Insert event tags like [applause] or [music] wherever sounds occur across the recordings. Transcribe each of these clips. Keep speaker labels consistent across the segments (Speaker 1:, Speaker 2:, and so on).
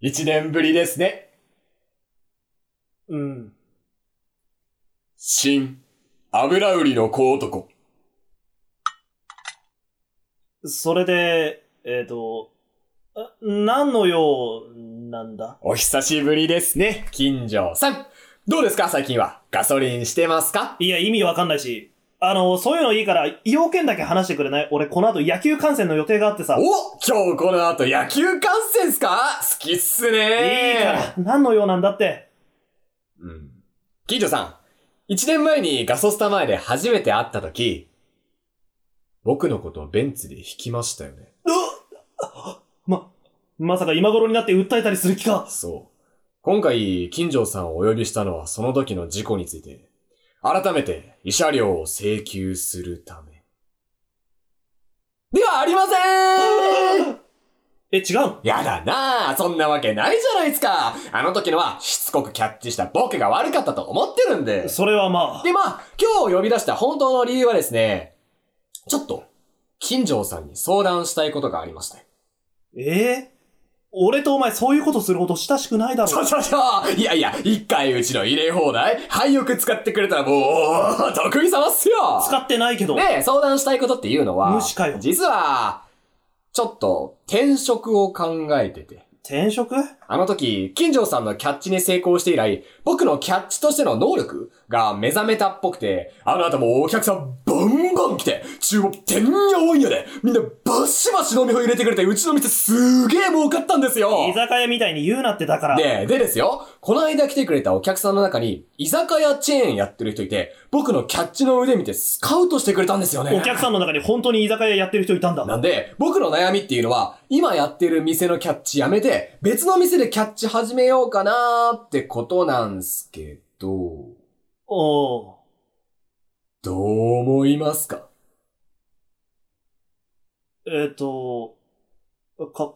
Speaker 1: 一年ぶりですね。
Speaker 2: うん。
Speaker 1: 新、油売りの小男。
Speaker 2: それで、えっ、と、あ何の用なんだ
Speaker 1: お久しぶりですね、金城さん。どうですか、最近は。ガソリンしてますか
Speaker 2: いや、意味わかんないし。あの、そういうのいいから、要件だけ話してくれない俺、この後野球観戦の予定があってさ。いい
Speaker 1: お今日この後野球観戦っすか好きっすね
Speaker 2: から、何の用なんだって。
Speaker 1: うん。金城さん、一年前にガソスタ前で初めて会った時、僕のことをベンツで引きましたよね。
Speaker 2: まさか今頃になって訴えたりする気か。
Speaker 1: そう。今回、金城さんをお呼びしたのはその時の事故について、改めて、慰謝料を請求するため。ではありません
Speaker 2: え、違うの
Speaker 1: やだなあそんなわけないじゃないですかあの時のは、しつこくキャッチした僕が悪かったと思ってるんで。
Speaker 2: それはまあ。
Speaker 1: で、まあ、今日呼び出した本当の理由はですね、ちょっと、金城さんに相談したいことがありまして。
Speaker 2: えー俺とお前そういうことするほど親しくないだ
Speaker 1: ち
Speaker 2: ろ
Speaker 1: ょ
Speaker 2: う。
Speaker 1: ちょちょいやいや、一回うちの入れ放題、廃屋使ってくれたらもう、得意様っすよ
Speaker 2: 使ってないけど。
Speaker 1: ねえ、相談したいことっていうのは、
Speaker 2: 無視かよ
Speaker 1: 実は、ちょっと、転職を考えてて。
Speaker 2: 転職
Speaker 1: あの時、金城さんのキャッチに成功して以来、僕のキャッチとしての能力が目覚めたっぽくて、あの後もうお客さんバンバン来て、注文てんやわんやで、みんなバシバシ飲みを入れてくれて、うちの店すげえ儲かったんですよ
Speaker 2: 居酒屋みたいに言うなって
Speaker 1: [laughs]
Speaker 2: だから。
Speaker 1: で、でですよ、この間来てくれたお客さんの中に、居酒屋チェーンやってる人いて、僕のキャッチの腕見てスカウトしてくれたんですよね。
Speaker 2: お客さんの中に本当に居酒屋やってる人いたんだ。
Speaker 1: なんで、僕の悩みっていうのは、今やってる店のキャッチやめて、別の店でキャッチ始めようかなーってことなんすけど、
Speaker 2: おー
Speaker 1: どう思いますか
Speaker 2: えっ、と、か、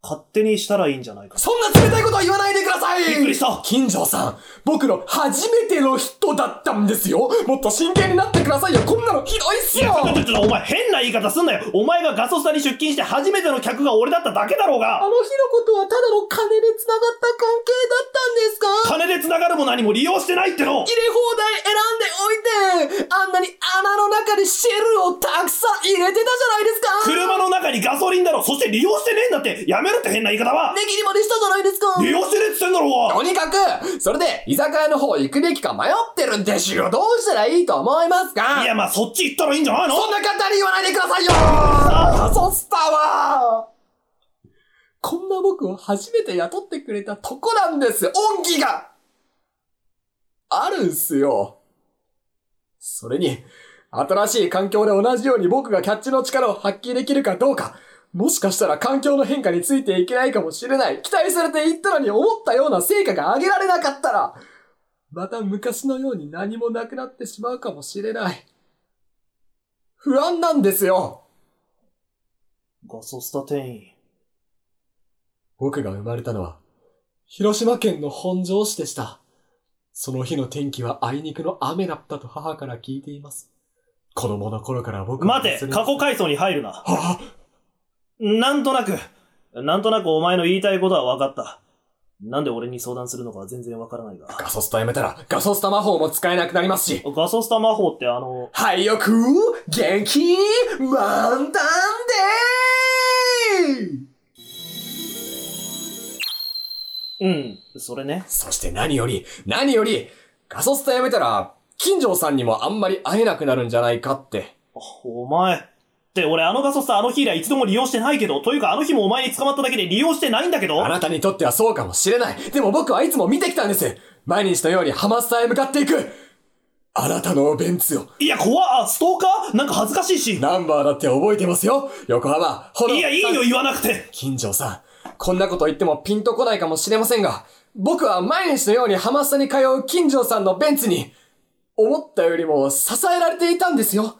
Speaker 2: 勝手にしたらいいんじゃないか。
Speaker 1: そんな冷たいことは言わないでください
Speaker 2: びっくりした
Speaker 1: 金城さん、僕の初めての人だったんですよもっと真剣になってくださいよこんなのひどいっすよ
Speaker 2: ちょちょちょお前変な言い方すんなよお前がガソスタに出勤して初めての客が俺だっただけだろう
Speaker 1: あの
Speaker 2: が
Speaker 1: 日のことはただの金で繋がった関係だったんですか
Speaker 2: 金で繋がるも何も利用してないっての
Speaker 1: 入れ放題選んでおいてあんなに穴の中にシェルをたくさん入れてたじゃないですか
Speaker 2: 車の中にガソリンだろそして利用してねえんだってやめろって変な言い方は
Speaker 1: ネギリまでしたじゃないですか
Speaker 2: 利用してねえって言ってんだろうが
Speaker 1: とにかく、それで居酒屋の方行くべきか迷ってるんですよどうしたらいいと思いますか
Speaker 2: いやまあそっち行ったらいいんじゃないの
Speaker 1: そんな簡単に言わないでくださいよあソスタはこんな僕を初めて雇ってくれたとこなんです恩義があるんすよそれに、新しい環境で同じように僕がキャッチの力を発揮できるかどうか、もしかしたら環境の変化についていけないかもしれない。期待されていったのに思ったような成果が上げられなかったら、また昔のように何もなくなってしまうかもしれない。不安なんですよ
Speaker 2: ガソスタ店員
Speaker 1: 僕が生まれたのは、広島県の本庄市でした。その日の天気はあいにくの雨だったと母から聞いています。子供の頃から僕は
Speaker 2: 待て
Speaker 1: 忘れ
Speaker 2: 過去回想に入るな
Speaker 1: はあ
Speaker 2: なんとなくなんとなくお前の言いたいことは分かったなんで俺に相談するのかは全然分からないが
Speaker 1: ガソスタやめたら、ガソスタ魔法も使えなくなりますし。
Speaker 2: ガソスタ魔法ってあの
Speaker 1: はいよく元気満タンでー
Speaker 2: うんそれね
Speaker 1: そして何より、何より、ガソスタやめたら、金城さんにもあんまり会えなくなるんじゃないかって。
Speaker 2: お前。って、俺あのガソスタあの日以来一度も利用してないけど、というかあの日もお前に捕まっただけで利用してないんだけど
Speaker 1: あなたにとってはそうかもしれない。でも僕はいつも見てきたんです。毎日のようにハマスタへ向かっていく。あなたのベンツを。
Speaker 2: いや、怖っあストーカーなんか恥ずかしいし。い
Speaker 1: ナンバーだって覚えてますよ。横浜、ほ
Speaker 2: や、いいよ、言わなくて。
Speaker 1: 金城さん、こんなこと言ってもピンとこないかもしれませんが、僕は毎日のようにハマスタに通う金城さんのベンツに、思ったよりも支えられていたんですよ。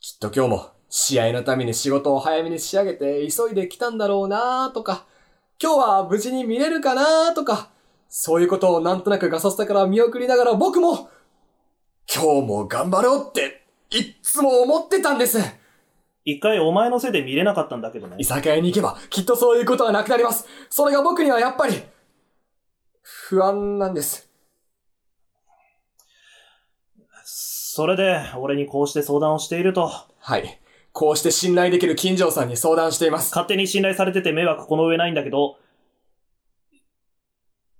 Speaker 1: きっと今日も試合のために仕事を早めに仕上げて急いで来たんだろうなーとか、今日は無事に見れるかなーとか、そういうことをなんとなくガサスタから見送りながら僕も、今日も頑張ろうって、いっつも思ってたんです。
Speaker 2: 一回お前のせいで見れなかったんだけどね
Speaker 1: 居。酒屋に行けば、きっとそういうことはなくなります。それが僕にはやっぱり、不安なんです。
Speaker 2: それで、俺にこうして相談をしていると、
Speaker 1: はい。こうして信頼できる金城さんに相談しています。
Speaker 2: 勝手に信頼されてて迷惑この上ないんだけど、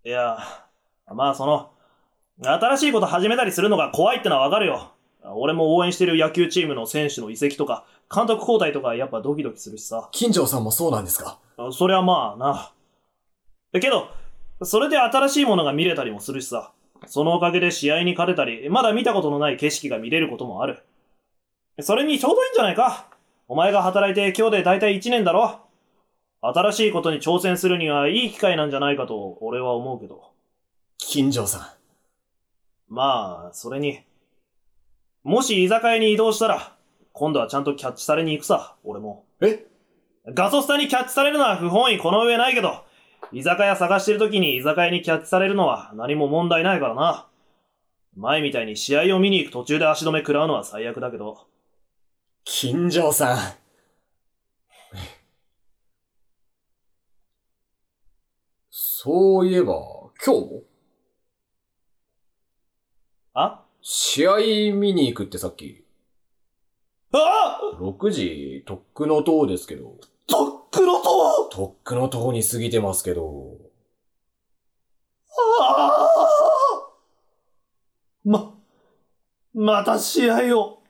Speaker 2: いや、まあその、新しいこと始めたりするのが怖いってのはわかるよ。俺も応援してる野球チームの選手の移籍とか、監督交代とかやっぱドキドキするしさ。
Speaker 1: 金城さんもそうなんですか
Speaker 2: そりゃまあな。だけど、それで新しいものが見れたりもするしさ。そのおかげで試合に勝てたり、まだ見たことのない景色が見れることもある。それにちょうどいいんじゃないかお前が働いて今日で大体1年だろ新しいことに挑戦するにはいい機会なんじゃないかと俺は思うけど。
Speaker 1: 金城さん。
Speaker 2: まあ、それに。もし居酒屋に移動したら、今度はちゃんとキャッチされに行くさ、俺も。
Speaker 1: え
Speaker 2: ガソスタにキャッチされるのは不本意この上ないけど、居酒屋探してる時に居酒屋にキャッチされるのは何も問題ないからな。前みたいに試合を見に行く途中で足止め食らうのは最悪だけど。
Speaker 1: 金城さん。そういえば、今日も
Speaker 2: あ
Speaker 1: 試合見に行くってさっき、
Speaker 2: あ
Speaker 1: 6時、とっくの塔ですけど、
Speaker 2: とっくのと
Speaker 1: とっくの塔に過ぎてますけど、
Speaker 2: あま、また試合を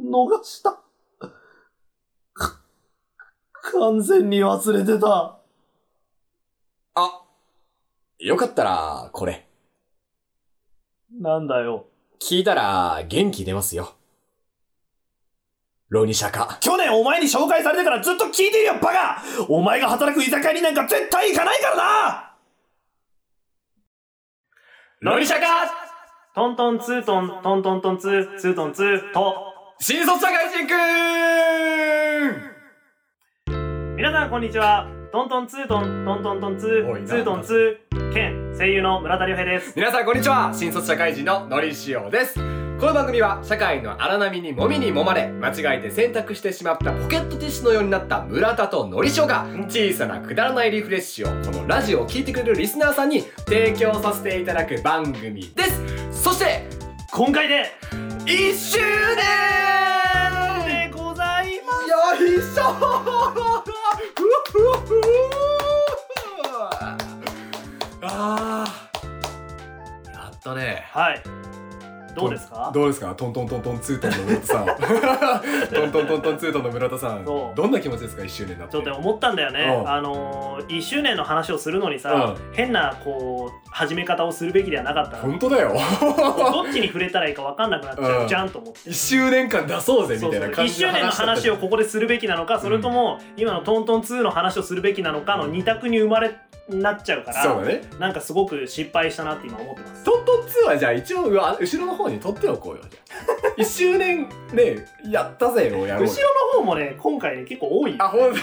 Speaker 2: 逃した。か完全に忘れてた。
Speaker 1: あ、よかったら、これ。
Speaker 2: なんだよ。
Speaker 1: 聞いたら、元気出ますよ。ロニシャカ。
Speaker 2: 去年お前に紹介されてからずっと聞いてるよ、バカお前が働く居酒屋になんか絶対行かないからなロリシャカトントンツートン、トントントンツー、ツートンツー、と。
Speaker 1: 新卒社会人くーん
Speaker 2: 皆さんこんにちは。トントンツートン、トントントンツ
Speaker 1: おい
Speaker 2: ー、
Speaker 1: な
Speaker 2: ツートンツー、兼声優の村田亮平です。
Speaker 1: 皆さんこんにちは新卒社会人ののりしおですこの番組は社会の荒波にもみにもまれ間違えて選択してしまったポケットティッシュのようになった村田とのりしおが小さなくだらないリフレッシュをこのラジオを聴いてくれるリスナーさんに提供させていただく番組ですそして
Speaker 2: 今回で、
Speaker 1: 1周年
Speaker 2: でございま
Speaker 1: よいしょあーやったね
Speaker 2: す。はい。どうですか
Speaker 1: どうですかトントントントンツートンの村田さん [laughs] トントントントンツートンの村田さん
Speaker 2: そう
Speaker 1: どんな気持ちですか1周年になって
Speaker 2: ちょっと思ったんだよね、
Speaker 1: うん
Speaker 2: あのー、1周年の話をするのにさ、変なこう始め方をするべきではなかった
Speaker 1: 本当だよ
Speaker 2: な
Speaker 1: [laughs]
Speaker 2: どっちに触れたらいいか分かんなくなっちゃう、
Speaker 1: うん
Speaker 2: じゃんと思って。
Speaker 1: 1周年間出そうぜみ
Speaker 2: そう
Speaker 1: た
Speaker 2: そ
Speaker 1: いうな
Speaker 2: 1
Speaker 1: 感じ
Speaker 2: 周年の話をここでするべきなのか、それとも今の「トントン2」の話をするべきなのかの2択に生まれなっちゃうか
Speaker 1: そう
Speaker 2: ら
Speaker 1: だね
Speaker 2: なんかすごく失敗したなって今思ってます
Speaker 1: トントンツーはじゃあ一応うわ後ろの方に取っておこうよじゃあ1 [laughs] 周年ねやったぜをやろう
Speaker 2: 後
Speaker 1: よ
Speaker 2: ろの方もね今回ね結構多いよ
Speaker 1: あほんと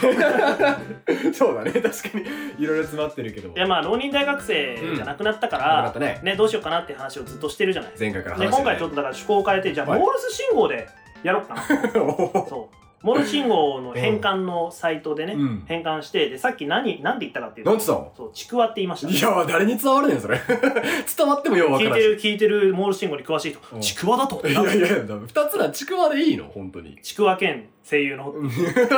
Speaker 1: そうだね確かに [laughs] いろいろ詰まってるけども
Speaker 2: でまあ浪人大学生じゃなくなったか
Speaker 1: な
Speaker 2: ら
Speaker 1: か、ったね
Speaker 2: ねどうしようかなって話をずっとしてるじゃない
Speaker 1: 前回から話
Speaker 2: で今回ちょ
Speaker 1: っ
Speaker 2: っとだから趣向を変えてじゃあモ
Speaker 1: はい
Speaker 2: ールス信号でやろうか
Speaker 1: [laughs]
Speaker 2: な
Speaker 1: と
Speaker 2: そうモールス信号の変換のサイトでね、
Speaker 1: うん
Speaker 2: 変換してでさっき何何て言ったかっていう
Speaker 1: なん
Speaker 2: と
Speaker 1: つったの
Speaker 2: そうちくわって言いました
Speaker 1: いや誰に伝わるねんそれ [laughs] 伝わってもようわか
Speaker 2: 聞
Speaker 1: ら
Speaker 2: い
Speaker 1: ん
Speaker 2: て
Speaker 1: し
Speaker 2: る聞いてるモールス信号に詳しい人、
Speaker 1: うん
Speaker 2: ちくわだと
Speaker 1: いやいやいや、二つらちくわでいいの本当に。
Speaker 2: ちくわ兼声優の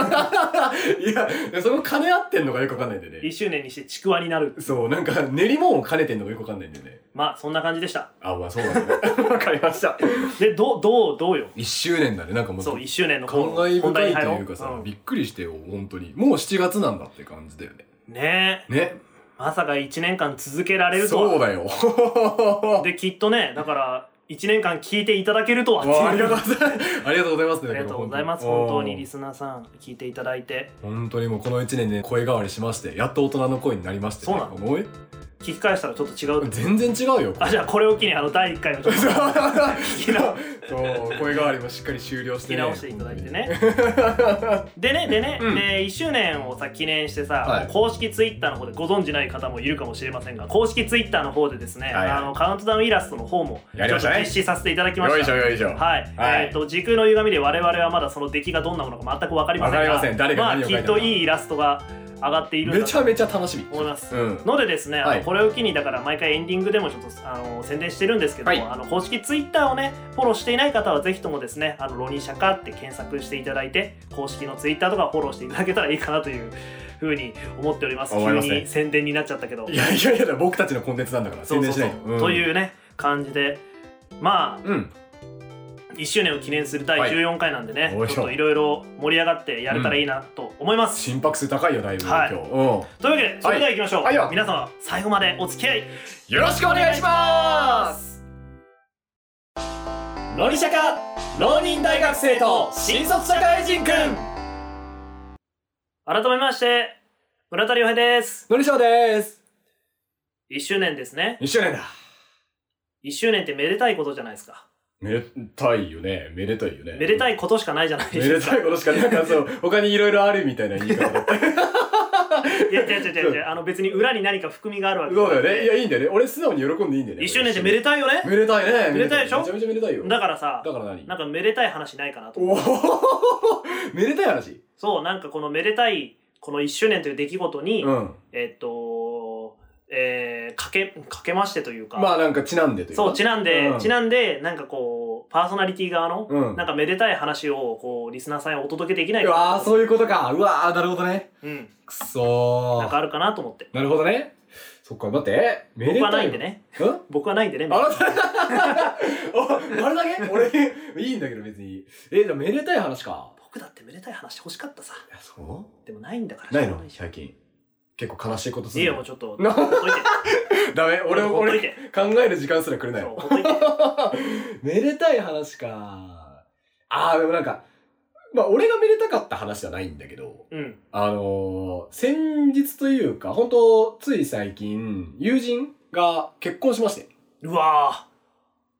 Speaker 1: いや、その兼ね合ってんのがよくわかんないんだよ
Speaker 2: 1
Speaker 1: ね。
Speaker 2: 周年にしてちくわになる
Speaker 1: そう、なんか練り物を兼ねてんのがよくわかんないんだよね。
Speaker 2: まあそんな感じでした
Speaker 1: あ、まあそうなんだ
Speaker 2: [laughs]
Speaker 1: ね。わかりました。
Speaker 2: でどうどうどうよ
Speaker 1: 一周年だね、なんかも
Speaker 2: そう
Speaker 1: う。
Speaker 2: 1周年の方
Speaker 1: 感
Speaker 2: の
Speaker 1: 慨深
Speaker 2: 本題
Speaker 1: い
Speaker 2: に
Speaker 1: と
Speaker 2: 入ろう
Speaker 1: いうかさ、
Speaker 2: うん
Speaker 1: びっくりしてよ、本当に。もう7月なんだって感じだよね。
Speaker 2: ねえ
Speaker 1: ね。
Speaker 2: まさか1年間続けられるとは
Speaker 1: そうだ
Speaker 2: [laughs]
Speaker 1: よ。
Speaker 2: できっとねだから1年間聞いていただけるとは
Speaker 1: わあありがとうございます。ありがとうございますね。
Speaker 2: ありがとうございます本当にリスナーさん聞いていただいて
Speaker 1: 本当にもうこの1年で声変わりしましてやっと大人の声になりまして、
Speaker 2: そうなの
Speaker 1: もう
Speaker 2: 聞き返したらちょっと違う。
Speaker 1: 全然違うよ。
Speaker 2: あ、じゃあこれを機にあの第1回
Speaker 1: [laughs]
Speaker 2: のちょっと
Speaker 1: そう
Speaker 2: 聞き直
Speaker 1: そう、声変わりもしっかり終了して、
Speaker 2: 聞き直していただいてね。でね、でね、
Speaker 1: うん
Speaker 2: で1周年をさ記念してさ、
Speaker 1: はい
Speaker 2: 公式ツイッターの方でご存知ない方もいるかもしれませんが、公式ツイッターの方でですね、
Speaker 1: はいはい
Speaker 2: あのカウントダウンイラストの方もち
Speaker 1: やりま
Speaker 2: ょっ
Speaker 1: し
Speaker 2: と
Speaker 1: たね
Speaker 2: 実施させていただきま
Speaker 1: よ
Speaker 2: し。
Speaker 1: いしたょよいしょ。
Speaker 2: はい、
Speaker 1: はい
Speaker 2: えっ、と時空の歪みで我々はまだその出来がどんなものか全く分かりませんが
Speaker 1: わかりません誰が何を描いたのか
Speaker 2: まあ、きっといいイラストが上がっているん
Speaker 1: め
Speaker 2: だ
Speaker 1: ち
Speaker 2: と
Speaker 1: ゃめちゃ楽しみ。
Speaker 2: 思います、
Speaker 1: うん。
Speaker 2: のでですね、あの
Speaker 1: はい
Speaker 2: これを機にだから毎回エンディングでもちょっとあの宣伝してるんですけども、
Speaker 1: はい
Speaker 2: あの公式ツイッターをねフォローしていない方はぜひともですね「あのロニシャカ」って検索していただいて公式のツイッターとかフォローしていただけたらいいかなというふうに思っております
Speaker 1: 思います
Speaker 2: 急
Speaker 1: ね
Speaker 2: に宣伝になっちゃったけど
Speaker 1: いやいやいや、僕たちのコンテンツなんだから、宣伝しないと。
Speaker 2: と
Speaker 1: う
Speaker 2: いうね感じでまあ
Speaker 1: ん。うん。
Speaker 2: 1周年を記念する第
Speaker 1: はい
Speaker 2: 14回なんでね、
Speaker 1: おいしょ
Speaker 2: ちょっといろいろ盛り上がってやれたらいいなと思います、
Speaker 1: 心拍数高いよ、だいぶ、
Speaker 2: はい
Speaker 1: 今日。うん。
Speaker 2: というわけでそれでは行きましょう、
Speaker 1: はいはいよ
Speaker 2: 皆様最後までお付き合い
Speaker 1: よろしくお願いします
Speaker 2: す
Speaker 1: ロニシャカ浪人大学生と新卒社会人くん
Speaker 2: 改めまして村田亮平です
Speaker 1: のりしょうです
Speaker 2: 1周年ですね
Speaker 1: !1 周年だ
Speaker 2: 1周年ってめでたいことじゃないですか
Speaker 1: めでたいよね。めでたいよね。
Speaker 2: めで
Speaker 1: い。
Speaker 2: たいことしかないじゃない
Speaker 1: め
Speaker 2: で
Speaker 1: ですた
Speaker 2: か
Speaker 1: いことしか、なんかそう、他にいろいろあるみたいな言い方だった。
Speaker 2: いやいやいやいやいやあの別に裏に何か含みがあるわけ
Speaker 1: そうだよね。い
Speaker 2: [laughs] ね
Speaker 1: や、いいんだよね。俺素直に喜んでいいんだよね。
Speaker 2: 1周年ってめでたいよね
Speaker 1: めでたいね。
Speaker 2: めでたいでしょ
Speaker 1: めちゃめちゃめでたいよ。
Speaker 2: だからさ
Speaker 1: だから何
Speaker 2: なんかめでたい話ないかなと
Speaker 1: おお [laughs] めでたい話
Speaker 2: そうなんかこのめでたいこの1周年という出来事に、
Speaker 1: うん。
Speaker 2: えっとえー、かけかけましてというか、
Speaker 1: まあなんかちなんでというか。
Speaker 2: そうちなんで、
Speaker 1: うん
Speaker 2: ちなんでなんかこうパーソナリティ側の、
Speaker 1: うん
Speaker 2: なんかめでたい話をこうリスナーさんにお届けできないうかな
Speaker 1: わー、そういうことか。うわー、なるほどね。
Speaker 2: うん、
Speaker 1: くそ
Speaker 2: なんか
Speaker 1: ー。
Speaker 2: あるかなと思って
Speaker 1: なるほどね。そっか、待って。めでたい。
Speaker 2: 僕はないんで。ね
Speaker 1: うん
Speaker 2: 僕はないんでね
Speaker 1: あな [laughs] たあ、あれだけ俺、いいんだけど別に。え、じゃあめでたい話か。
Speaker 2: 僕だってめでたい話欲しかったさ
Speaker 1: いや、そう
Speaker 2: でもないんだか
Speaker 1: な
Speaker 2: ら
Speaker 1: い
Speaker 2: しょう
Speaker 1: の
Speaker 2: がし
Speaker 1: 最近。結構悲しいことす
Speaker 2: い
Speaker 1: る。
Speaker 2: いよもうちょっとほ
Speaker 1: な
Speaker 2: っといて
Speaker 1: ダメ、俺、
Speaker 2: ほっと
Speaker 1: 俺、
Speaker 2: いて
Speaker 1: 考える時間すらくれない
Speaker 2: そう
Speaker 1: よ。
Speaker 2: ほっといて
Speaker 1: [laughs] めでたい話か。あー、でもなんか、まあ俺がめでたかった話じゃないんだけど、
Speaker 2: うん
Speaker 1: あのー、先日というか、本当つい最近、友人が結婚しまして。
Speaker 2: うわー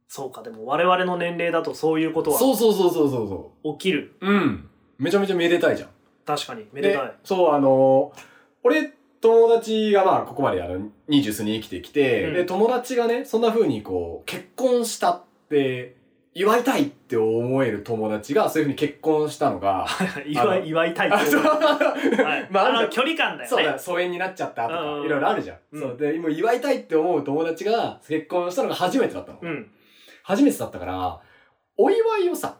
Speaker 2: そうかでも我々の年齢だとそういうこと
Speaker 1: そ
Speaker 2: は
Speaker 1: うそうそうそうそうそ
Speaker 2: 起きる
Speaker 1: う。うん。めちゃめちゃめでたいじゃん。
Speaker 2: 確かにめでたい
Speaker 1: そう、あのー俺、友達がまあ、ここまであの、二十数に生きてきて、
Speaker 2: うん
Speaker 1: で、友達がね、そんな風にこう、結婚したって、祝いたいって思える友達が、そういう風に結婚したのが、
Speaker 2: [laughs] 祝い祝いたい
Speaker 1: あ、
Speaker 2: と
Speaker 1: そう、
Speaker 2: 思うはい
Speaker 1: [laughs] まああるじゃん
Speaker 2: あの距離感だよ
Speaker 1: そうだ
Speaker 2: ね
Speaker 1: よ、疎遠になっちゃったと
Speaker 2: う
Speaker 1: か
Speaker 2: ん、
Speaker 1: いろいろあるじゃん。
Speaker 2: うん
Speaker 1: そう、で、今祝いたいって思う友達が、結婚したのが初めてだったの。
Speaker 2: うん
Speaker 1: 初めてだったから、お祝いをさ、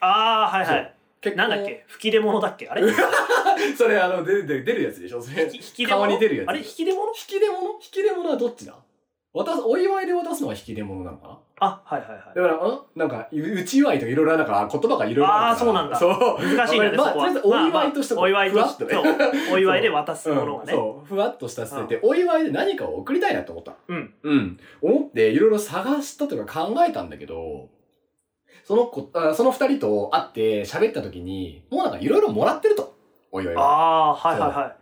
Speaker 2: ああはいは
Speaker 1: 結
Speaker 2: いなんだっけ吹き出物だっけあれ引
Speaker 1: [laughs] それ、あの、出る、出るやつでしょそれ。引
Speaker 2: き引き出
Speaker 1: 顔
Speaker 2: 物
Speaker 1: に出るやつ
Speaker 2: あれ引き出物
Speaker 1: き出物引き出物はどっちだ渡す、お祝いで渡すのは引き出物なのかな
Speaker 2: あはいはい
Speaker 1: だから、んなんか、ううち祝いとかいろいろなんか、言葉がいろいろるから
Speaker 2: あーそうなんだ
Speaker 1: そう。
Speaker 2: はい難しいんだねそ
Speaker 1: まあと
Speaker 2: こは
Speaker 1: りあえずお祝い
Speaker 2: まあまあ
Speaker 1: として
Speaker 2: お祝いとし
Speaker 1: ふ
Speaker 2: て
Speaker 1: わっと
Speaker 2: そうお祝いで渡すものが
Speaker 1: うん
Speaker 2: ね
Speaker 1: そう。ふわっとした捨てて、お祝いで何かを送りたいなと思った。
Speaker 2: うん。
Speaker 1: うん。思って、いろいろ探したとか考えたんだけど、その子、あその二人と会って喋った時に、もうなんかいろいろもらってると。お祝い
Speaker 2: あ
Speaker 1: は。
Speaker 2: あはいはいは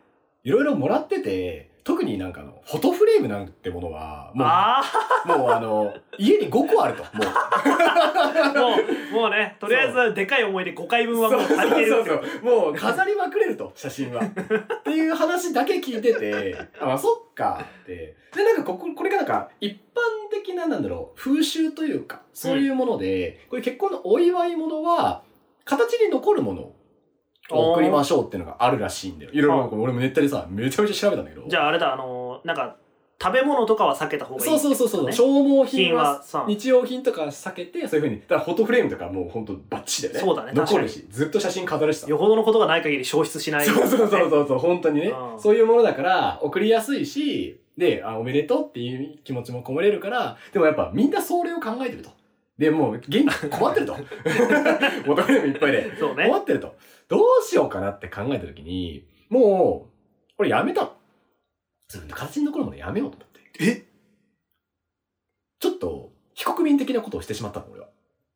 Speaker 2: い
Speaker 1: いろいろもらってて、特になんかあの、フォトフレームなんてものは、もう
Speaker 2: ああ
Speaker 1: もうあの、家に5個あると。もう。
Speaker 2: もう、もうね、とりあえず、でかい思い出5回分はもう
Speaker 1: そう
Speaker 2: 足りてる
Speaker 1: そ
Speaker 2: っ
Speaker 1: う
Speaker 2: て。
Speaker 1: そうそう。もう飾りまくれると、写真は。っていう話だけ聞いてて、あ、そっかって。で、なんかここ、これがなんか、一般的な、なんだろう、風習というか、そういうもので、これ結婚のお祝い物は、形に残るものを送りましょうっていうのがあるらしいんだよ。いろいろなんか俺もネットでさ、めちゃめちゃ調べたんだけど。
Speaker 2: じゃああれだ、あのーなんか、食べ物とかは避けた方がいい。
Speaker 1: そうそうそうそう、
Speaker 2: ね
Speaker 1: 消耗品
Speaker 2: 品
Speaker 1: は
Speaker 2: はさ、
Speaker 1: 日用品とか避けて、そういうふうに。だからフォトフレームとかもうほんとバッチリだよね。
Speaker 2: そうだね
Speaker 1: 残るし、ずっと写真飾るしさ。
Speaker 2: よほどのことがない限り消失しない。
Speaker 1: そうそうそう
Speaker 2: ね
Speaker 1: そうそう、本当にね
Speaker 2: う。ん
Speaker 1: そういうものだから、送りやすいし、で、あ、おめでとうっていう気持ちもこもれるから、でもやっぱみんなそれを考えてると。で、もう、現金困ってる
Speaker 2: [laughs]
Speaker 1: と。 [laughs] お金もいっぱいで。
Speaker 2: そうね。
Speaker 1: 困ってると。どうしようかなって考えた時に、もう、俺やめたの。自分の形に残るものやめようと思って。えちょっと、非国民的なことをしてしまったの、俺は。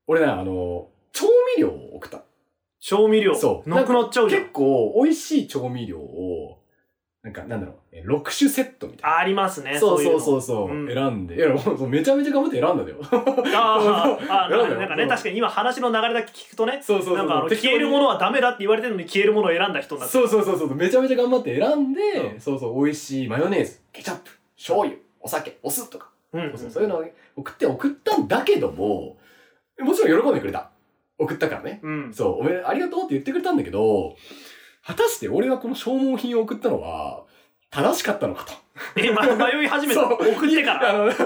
Speaker 1: 俺ね、あの、調味料を送った。
Speaker 2: 調味料、
Speaker 1: そう
Speaker 2: なくなっちゃうじゃん
Speaker 1: 結。構美味しい調味料を、なんか、なんだろう、え6種セットみたいな。
Speaker 2: ありますね。
Speaker 1: そうそうそううそう、
Speaker 2: うん
Speaker 1: 選んで。いや、もうめちゃめちゃ頑張って選んだんだよ。 [laughs]
Speaker 2: いうの。あーあー、
Speaker 1: 選んだよ
Speaker 2: なんかね、
Speaker 1: うん
Speaker 2: 確かに今話の流れだけ聞くとね、
Speaker 1: そうそうそう。
Speaker 2: なんかあの
Speaker 1: 適当
Speaker 2: 消
Speaker 1: に
Speaker 2: えるものはダメだって言われてるのに消えるものを選んだ人になってる
Speaker 1: そうそうそうそう。めちゃめちゃ頑張って選んで、
Speaker 2: うん
Speaker 1: そうそう、美味しいマヨネーズ、ケチャップ、醤油、お酒、お酢とか。
Speaker 2: うん
Speaker 1: そうそう、そういうのを送って送ったんだけども、もちろん喜んでくれた。送ったからね。
Speaker 2: うん。
Speaker 1: そう、おめでありがとうって言ってくれたんだけど、果たして俺がこの消耗品を送ったのは、正しかったのかと。
Speaker 2: [laughs] え、ま迷い始めた。
Speaker 1: そう
Speaker 2: 送ってか
Speaker 1: あ
Speaker 2: ら。
Speaker 1: の、送っ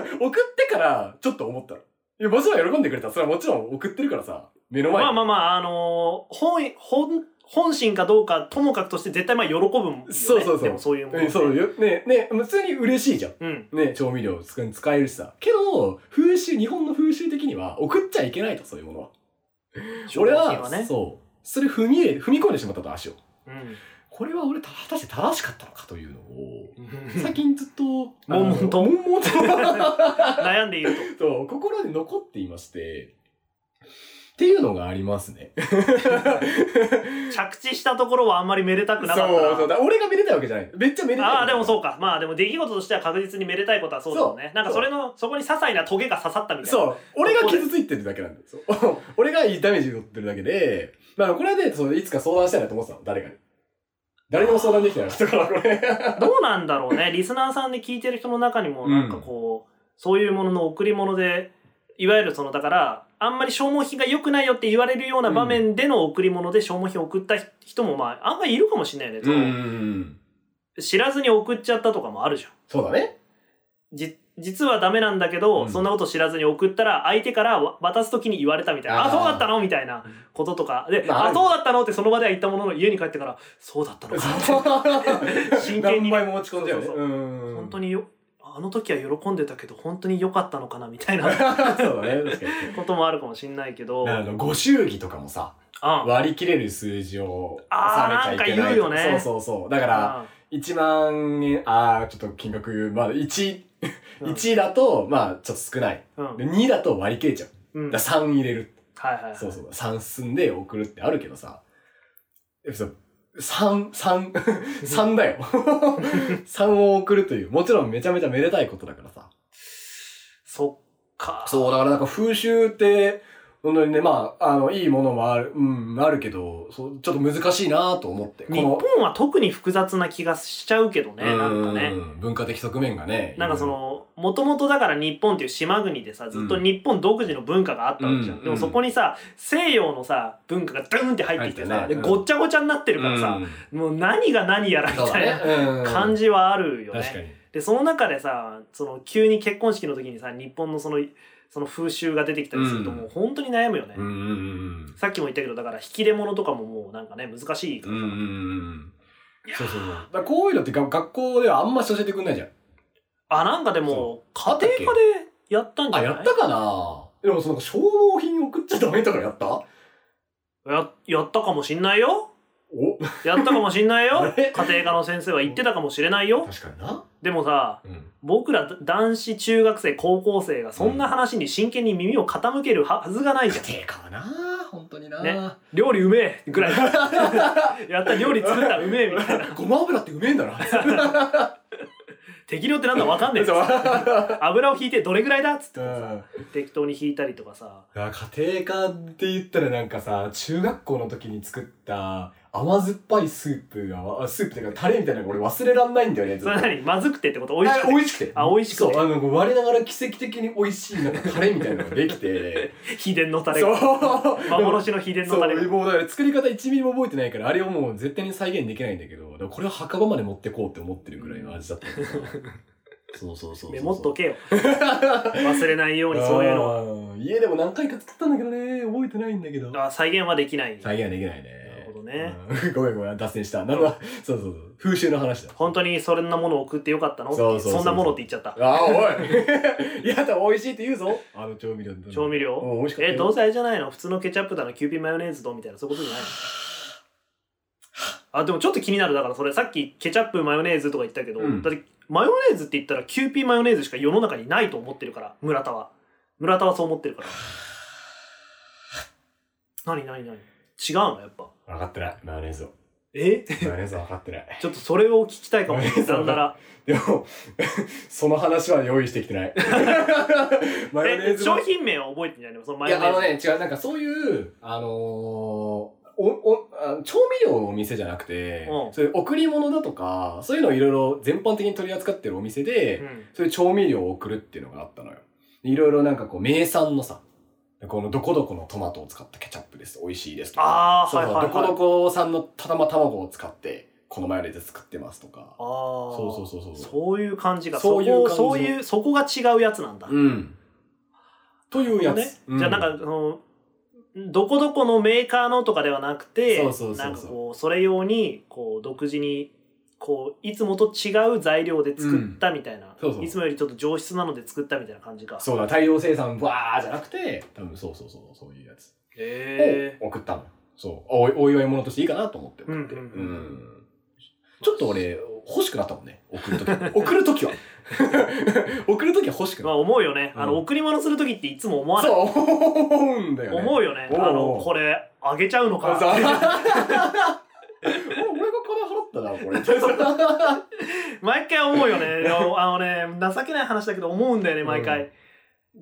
Speaker 1: てから、ちょっと思ったの。いや、もちろん喜んでくれた。それはもちろん送ってるからさ、目の前に
Speaker 2: まあまあまあ、あのー本、本、本心かどうかともかくとして絶対まあ喜ぶもん、ね。
Speaker 1: そうそうそう
Speaker 2: でもそういうもの、
Speaker 1: うんそう。よ。ねね普通に嬉しいじゃん。
Speaker 2: うん。
Speaker 1: ね調味料使使えるしさ。けど、風習、日本の風習的には、送っちゃいけないと、そういうものは。俺
Speaker 2: 商品
Speaker 1: は、
Speaker 2: はね。
Speaker 1: そう。それ踏み入れ、踏み込んでしまったと、足を。
Speaker 2: うん。
Speaker 1: これは俺、た果たして正しかったのかというのを、
Speaker 2: [laughs]
Speaker 1: 最
Speaker 2: 最近
Speaker 1: 近ずっと、あの
Speaker 2: 悶々と
Speaker 1: 悶々と [laughs]
Speaker 2: 悩んでいると。
Speaker 1: そう、心で残っていまして、っていうのがありますね。
Speaker 2: [laughs] 着地したところはあんまりめでたくなかったな。
Speaker 1: そうそう。だ俺がめでたいわけじゃない。めっちゃめでたい。
Speaker 2: ああ、でもそうか。まあでも出来事としては確実にめでたいことはそうだよね。なんかそれの、そこに些細なトゲが刺さったみたいな。
Speaker 1: そう。俺が傷ついてるだけなんだよ。そう
Speaker 2: [laughs]
Speaker 1: 俺がいいダメージを負ってるだけで、まあこれで、そういつか相談したいなと思ってたの、誰かに。誰にも相談できてなかったから、これ。
Speaker 2: [laughs] どうなんだろうね。リスナーさんで聞いてる人の中にも、
Speaker 1: うん
Speaker 2: なんかこう、そういうものの贈り物で、いわゆるその、だから、あんまり消耗品が良くないよって言われるような場面での贈り物で消耗品を送った人も、まあ、あんまりいるかもしれないね。その
Speaker 1: ん。
Speaker 2: 知らずに送っちゃったとかもあるじゃん。
Speaker 1: そうだ
Speaker 2: [laughs]
Speaker 1: ね。
Speaker 2: じ実はダメなんだけど、
Speaker 1: うん
Speaker 2: そんなこと知らずに送ったら相手からわ渡す時に言われたみたいな「あ
Speaker 1: あー
Speaker 2: そうだったの?」みたいなこととかで「
Speaker 1: まああ
Speaker 2: あ
Speaker 1: る
Speaker 2: そうだったの?」ってその場では言ったものの家に帰ってから「そうだったのか」真剣
Speaker 1: 何
Speaker 2: に
Speaker 1: 倍も落ち込んじゃうね。
Speaker 2: そうそう
Speaker 1: うん
Speaker 2: 本当。によあの時は喜んでたけど本当に良かったのかなみたいな
Speaker 1: [laughs] [laughs] そうだね、確かに。
Speaker 2: こともあるかもしんないけど、
Speaker 1: あの、ご祝儀とかもさ、
Speaker 2: あ
Speaker 1: 割り切れる数字を
Speaker 2: あー
Speaker 1: 納めちゃいけ
Speaker 2: なんか
Speaker 1: ない
Speaker 2: 言うよね
Speaker 1: そうそうそう。だから、1万円、あー、ちょっと金額、まあ1、
Speaker 2: うん
Speaker 1: 1だと、まあちょっと少ない。
Speaker 2: うん
Speaker 1: で、2だと割り切れちゃう。
Speaker 2: うん
Speaker 1: だから3入れる。
Speaker 2: はいはいはい [laughs]
Speaker 1: そうそう。3進んで送るってあるけどさ。えそう3、3、3だよ。3を送るという。もちろんめちゃめちゃめでたいことだからさ。
Speaker 2: そっか
Speaker 1: そう、だからなんか風習って、本当にね、まあ、あの、いいものもある、うん、あるけど、そうちょっと難しいなと思って。
Speaker 2: 日本は特に複雑な気がしちゃうけどねなんかね
Speaker 1: うん文化的側面がね。
Speaker 2: なんかその、もともとだから日本っていう島国でさ、ずっと日本独自の文化があったわけじゃん。
Speaker 1: うん
Speaker 2: でもそこにさ、西洋のさ、文化がドゥンって入ってきてさ、
Speaker 1: 入って
Speaker 2: で
Speaker 1: ね
Speaker 2: ごっちゃごちゃになって
Speaker 1: う
Speaker 2: る
Speaker 1: ん、
Speaker 2: からさ、
Speaker 1: うん
Speaker 2: もう何が何やらみ
Speaker 1: そうだ
Speaker 2: たい
Speaker 1: ね
Speaker 2: な。
Speaker 1: うん
Speaker 2: 感じはあるよ
Speaker 1: 確か
Speaker 2: ね。
Speaker 1: に。
Speaker 2: で、その中でさ、その急に結婚式の時にさ、日本のその、その風習が出てきたりすると
Speaker 1: うん
Speaker 2: もう本当に悩むよね。
Speaker 1: うんうんうん
Speaker 2: さっきも言ったけど、だから引き出物とかももうなんかね、難しいか
Speaker 1: うん。うん
Speaker 2: ら
Speaker 1: うん
Speaker 2: さ。
Speaker 1: うん。そうそうそう。だからこういうのってが学校ではあんまし教えてくんないじゃん。
Speaker 2: あ、なんかでも、家庭科でやったんじゃ
Speaker 1: あ、
Speaker 2: ない
Speaker 1: やったかなでもその消耗品送っちゃダメとかやったお
Speaker 2: ややったかもしんないよ。やったかもしんないよ
Speaker 1: [laughs] あれ
Speaker 2: 家庭科の先生は言ってたかもしれないよ
Speaker 1: 確かにな。
Speaker 2: でもさ
Speaker 1: うん。
Speaker 2: 僕ら男子中学生高校生がそんな話に真剣に耳を傾けるははずがな
Speaker 1: [laughs]
Speaker 2: いじゃん
Speaker 1: 家庭科はな本当にな、
Speaker 2: ね料理うめえぐらいやった料理作ったうめえみたいな
Speaker 1: [laughs] ごま油ってうめえんだな。
Speaker 2: 適量ってなんだわかんねえっつっ
Speaker 1: そう
Speaker 2: て油を引いてどれぐらいだっつっ
Speaker 1: [laughs]
Speaker 2: て
Speaker 1: うん
Speaker 2: 適当に引いたりとかさ
Speaker 1: いや家庭科って言ったらなんかさ、中学校の時に作った甘酸っぱいスープが、あスープっていうかタレみたいなのが俺忘れらんないんだよね、ず
Speaker 2: そ
Speaker 1: っ
Speaker 2: れ
Speaker 1: と
Speaker 2: は何まずくてってこと美味しく
Speaker 1: あ
Speaker 2: て
Speaker 1: 美味しくて。
Speaker 2: あ美味しくて
Speaker 1: そう、あの、割りながら奇跡的に美味しい、なんかタレみたい
Speaker 2: [laughs]
Speaker 1: なのができて。
Speaker 2: 秘伝のタレ
Speaker 1: そう
Speaker 2: が。幻の秘伝のタレ
Speaker 1: そう、
Speaker 2: が
Speaker 1: もうだから作り方1ミリも覚えてないから、あれをもう絶対に再現できないんだけど、でもこれは墓場まで持ってこうって思ってるぐらいの味だったんだけど [laughs] そうそうそうそう。
Speaker 2: メモっと [laughs] けよ忘れないようにそういうのは
Speaker 1: は。家でも何回か作ったんだけどね、覚えてないんだけど。
Speaker 2: あ再現はできない
Speaker 1: 再現はできないね。
Speaker 2: なるほどね
Speaker 1: うん。 [laughs] ごめんごめん、脱線した。な
Speaker 2: [laughs]
Speaker 1: るほど。そうそうそう。風習の話だ。
Speaker 2: 本当にそんなものを送ってよかったのって
Speaker 1: そうそうそうそう
Speaker 2: そんなものって言っちゃった
Speaker 1: あー、おい [laughs] いやだ、美味しいって言うぞ。あの調味料。
Speaker 2: 調味料
Speaker 1: うん、美味しかったよ。
Speaker 2: え、どうせあれじゃないの普通のケチャップだの、キューピーマヨネーズどうみたいな、そういうこ
Speaker 1: [sighs]
Speaker 2: とじゃないのあ、でもちょっと気になる。だからそれ、さっきケチャップマヨネーズとか言ったけど、
Speaker 1: うん
Speaker 2: だってマヨネーズって言ったらキューピーマヨネーズしか世の中にないと思ってるから、村田は。村田はそう思ってるから。何何何違うのやっぱ。
Speaker 1: 分かってない。マヨネーズを。
Speaker 2: え
Speaker 1: マヨネーズは分かってない。
Speaker 2: ちょっとそれを聞きたいかも。なんなら。
Speaker 1: でも、 [laughs] その話は用意してきて
Speaker 2: [laughs]
Speaker 1: ない。マヨネ
Speaker 2: え
Speaker 1: ー、ズ
Speaker 2: 商
Speaker 1: は
Speaker 2: 品名は覚えてないのその
Speaker 1: い
Speaker 2: マヨ
Speaker 1: や、
Speaker 2: ネ
Speaker 1: あ
Speaker 2: ーズ。
Speaker 1: のね、違う、なんかそういう、あのーお、お、あ調味料のお店じゃなくて、
Speaker 2: うん
Speaker 1: そういう贈り物だとか、そういうのをいろいろ全般的に取り扱ってるお店で、
Speaker 2: うん
Speaker 1: そういう調味料を送るっていうのがあったのよ。でいろいろなんかこう、名産のさ、このどこどこのトマトを使ったケチャップです。美味しいですとか。
Speaker 2: あー、
Speaker 1: そう
Speaker 2: は
Speaker 1: そ
Speaker 2: いうはいはい。
Speaker 1: どこどこ産のたたま卵を使って、このマヨネーズ作ってますとか。
Speaker 2: ああ。
Speaker 1: そうそうそうそう
Speaker 2: そういう感じが、そ
Speaker 1: そういう
Speaker 2: こ、
Speaker 1: 感じ
Speaker 2: そういう、そこが違うやつなんだ。
Speaker 1: うん。というやつ。
Speaker 2: ね
Speaker 1: う
Speaker 2: じゃあなんか、その、どこどこのメーカーのとかではなくて、
Speaker 1: そうそうそうそう
Speaker 2: なんかこう、それ用に、こう、独自に、こう、いつもと違う材料で作ったみたいな、
Speaker 1: そうそう
Speaker 2: いつもよりちょっと上質なので作ったみたいな感じか。
Speaker 1: そうだ、大量生産、わーじゃなくて、多分そうそうそう、そういうやつ
Speaker 2: へえ。
Speaker 1: を送ったのよ。そうおい。お祝い物としていいかなと思って
Speaker 2: うん
Speaker 1: 送
Speaker 2: う
Speaker 1: って。
Speaker 2: ん
Speaker 1: う
Speaker 2: うん
Speaker 1: んちょっと俺、欲しくなったもんね。送るとき。
Speaker 2: [laughs]
Speaker 1: 送るときは。 [laughs] 送るときは欲しく
Speaker 2: ま
Speaker 1: な
Speaker 2: あ
Speaker 1: っ
Speaker 2: 思うよね。あの、
Speaker 1: うん
Speaker 2: 贈り物するときっていつも思
Speaker 1: た。
Speaker 2: わない。
Speaker 1: そう、思うんだよね。
Speaker 2: 思うよね。
Speaker 1: おうおう
Speaker 2: あの、これ、あげちゃうの
Speaker 1: あ
Speaker 2: か。
Speaker 1: そう [laughs] 俺俺が金払ったな、
Speaker 2: [laughs]
Speaker 1: これ。
Speaker 2: 毎回思
Speaker 1: [laughs]
Speaker 2: うよね。でもあのね、情けない話だけど思うんだよね、毎回。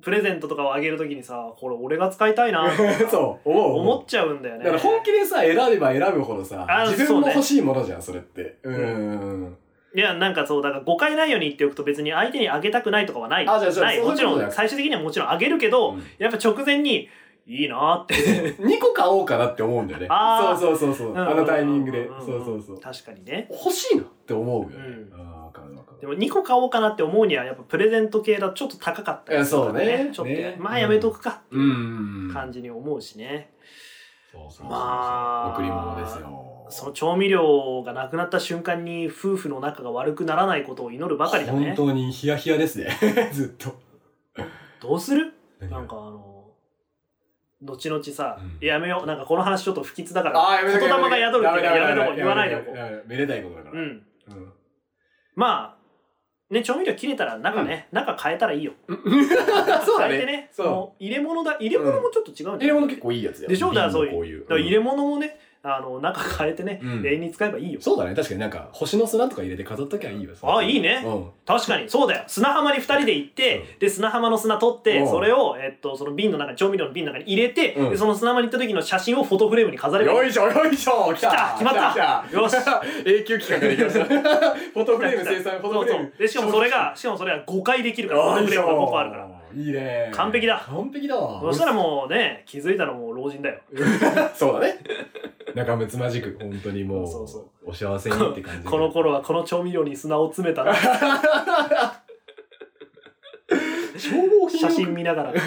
Speaker 2: プレゼントとかをあげるときにさ、これ俺が使いたいな、
Speaker 1: [laughs] そう、思う。
Speaker 2: 思っちゃうんだよ
Speaker 1: だ
Speaker 2: ね。
Speaker 1: から本気でさ、選べば選ぶほどさ
Speaker 2: あ、
Speaker 1: 自
Speaker 2: そう
Speaker 1: 分
Speaker 2: ね
Speaker 1: の欲しいものじゃん、それって。うん。
Speaker 2: いや、なんかそう、だから誤解ないように言っておくと別に相手にあげたくないとかはない。
Speaker 1: あじゃあじゃあ
Speaker 2: ない
Speaker 1: そういうこ
Speaker 2: も
Speaker 1: と
Speaker 2: ち
Speaker 1: じゃ
Speaker 2: ろ、
Speaker 1: なんくて
Speaker 2: 最終的にはもちろんあげるけど、
Speaker 1: うん
Speaker 2: やっぱ直前に、いいなーって。
Speaker 1: 2個買おうかなって思うんだよね。
Speaker 2: あー
Speaker 1: そうそうそうそう。あのタイミングで
Speaker 2: ん。んん
Speaker 1: そうそうそう。
Speaker 2: 確かにね。
Speaker 1: 欲しいなって思うよね。
Speaker 2: うん
Speaker 1: ああ、わかるわか
Speaker 2: で
Speaker 1: る。
Speaker 2: も2個買おうかなって思うには、やっぱプレゼント系だとちょっと高かったりするから
Speaker 1: いやそうね
Speaker 2: ちょっと、
Speaker 1: ね
Speaker 2: まあやめとくかって
Speaker 1: う。
Speaker 2: いうん感
Speaker 1: じ。
Speaker 2: じに思うしね。
Speaker 1: そうそうそうそう。
Speaker 2: まあ
Speaker 1: 贈り物ですよ。
Speaker 2: その調味料がなくなった瞬間に夫婦の仲が悪くならないことを祈るばかりだね
Speaker 1: 本。当にヒヤヒヤですね。 [laughs] ずっと。
Speaker 2: どうする
Speaker 1: 何が
Speaker 2: なんかあの、後々さ、
Speaker 1: うん
Speaker 2: いややめよう。なんかこの話ちょっと不吉だから、
Speaker 1: ああ、やめと
Speaker 2: 言
Speaker 1: け
Speaker 2: 霊が宿るっていうか
Speaker 1: ダ
Speaker 2: や
Speaker 1: メ
Speaker 2: め
Speaker 1: ダ
Speaker 2: とこう
Speaker 1: メ
Speaker 2: 言わないでお
Speaker 1: ダ
Speaker 2: こ
Speaker 1: メダメダメダメめでたいことだか
Speaker 2: う。う
Speaker 1: ら。
Speaker 2: ん。
Speaker 1: うん。
Speaker 2: まあ、ね、調味料切れたら中ね、中変えたらいいよ。
Speaker 1: [laughs] そうだ
Speaker 2: 変えて
Speaker 1: ね
Speaker 2: ね。、
Speaker 1: そう。
Speaker 2: もう入れ物だ、入れ物もちょっと違う
Speaker 1: 入
Speaker 2: んじ
Speaker 1: れ
Speaker 2: ゃない
Speaker 1: 物結構いいやつだよ。
Speaker 2: でしょだからそういう
Speaker 1: 瓶のこういう。
Speaker 2: だから入れ
Speaker 1: 物。
Speaker 2: 物もね、あの、中変えてね、
Speaker 1: うん
Speaker 2: 永遠に使えばいいよ。
Speaker 1: そうだね。確かになんか、星の砂とか入れて飾っときゃいいよ。
Speaker 2: あいいね
Speaker 1: うん。
Speaker 2: 確かに、そうだよ。砂浜に二人で行って、で、砂浜の砂取って、
Speaker 1: うん
Speaker 2: それを、えっと、その瓶の中に、調味料の瓶の中に入れて、
Speaker 1: うん
Speaker 2: で、その砂浜に行った時の写真をフォトフレームに飾ればいい
Speaker 1: よいしょよいしょ来た
Speaker 2: 来た決まった
Speaker 1: 来た [laughs]
Speaker 2: よし
Speaker 1: 永久期間ができました [laughs] フォトフレーム生産フォトフレー
Speaker 2: そう
Speaker 1: ム
Speaker 2: そうでしかもそれがしかもそれは5回できるからフォ
Speaker 1: よい
Speaker 2: トフ
Speaker 1: し
Speaker 2: レームが5個あるから
Speaker 1: ょいいね
Speaker 2: 完璧だ
Speaker 1: 完璧だわ
Speaker 2: そしたらもうね気づいたらもう老人だよ
Speaker 1: [laughs] そうだね仲睦まじく本当にもう
Speaker 2: そうそ
Speaker 1: お幸せにって感じ
Speaker 2: この頃はこの調味料に砂を詰めたら
Speaker 1: [laughs] 消防品
Speaker 2: 写
Speaker 1: を
Speaker 2: 真見なが
Speaker 1: [laughs]
Speaker 2: らそ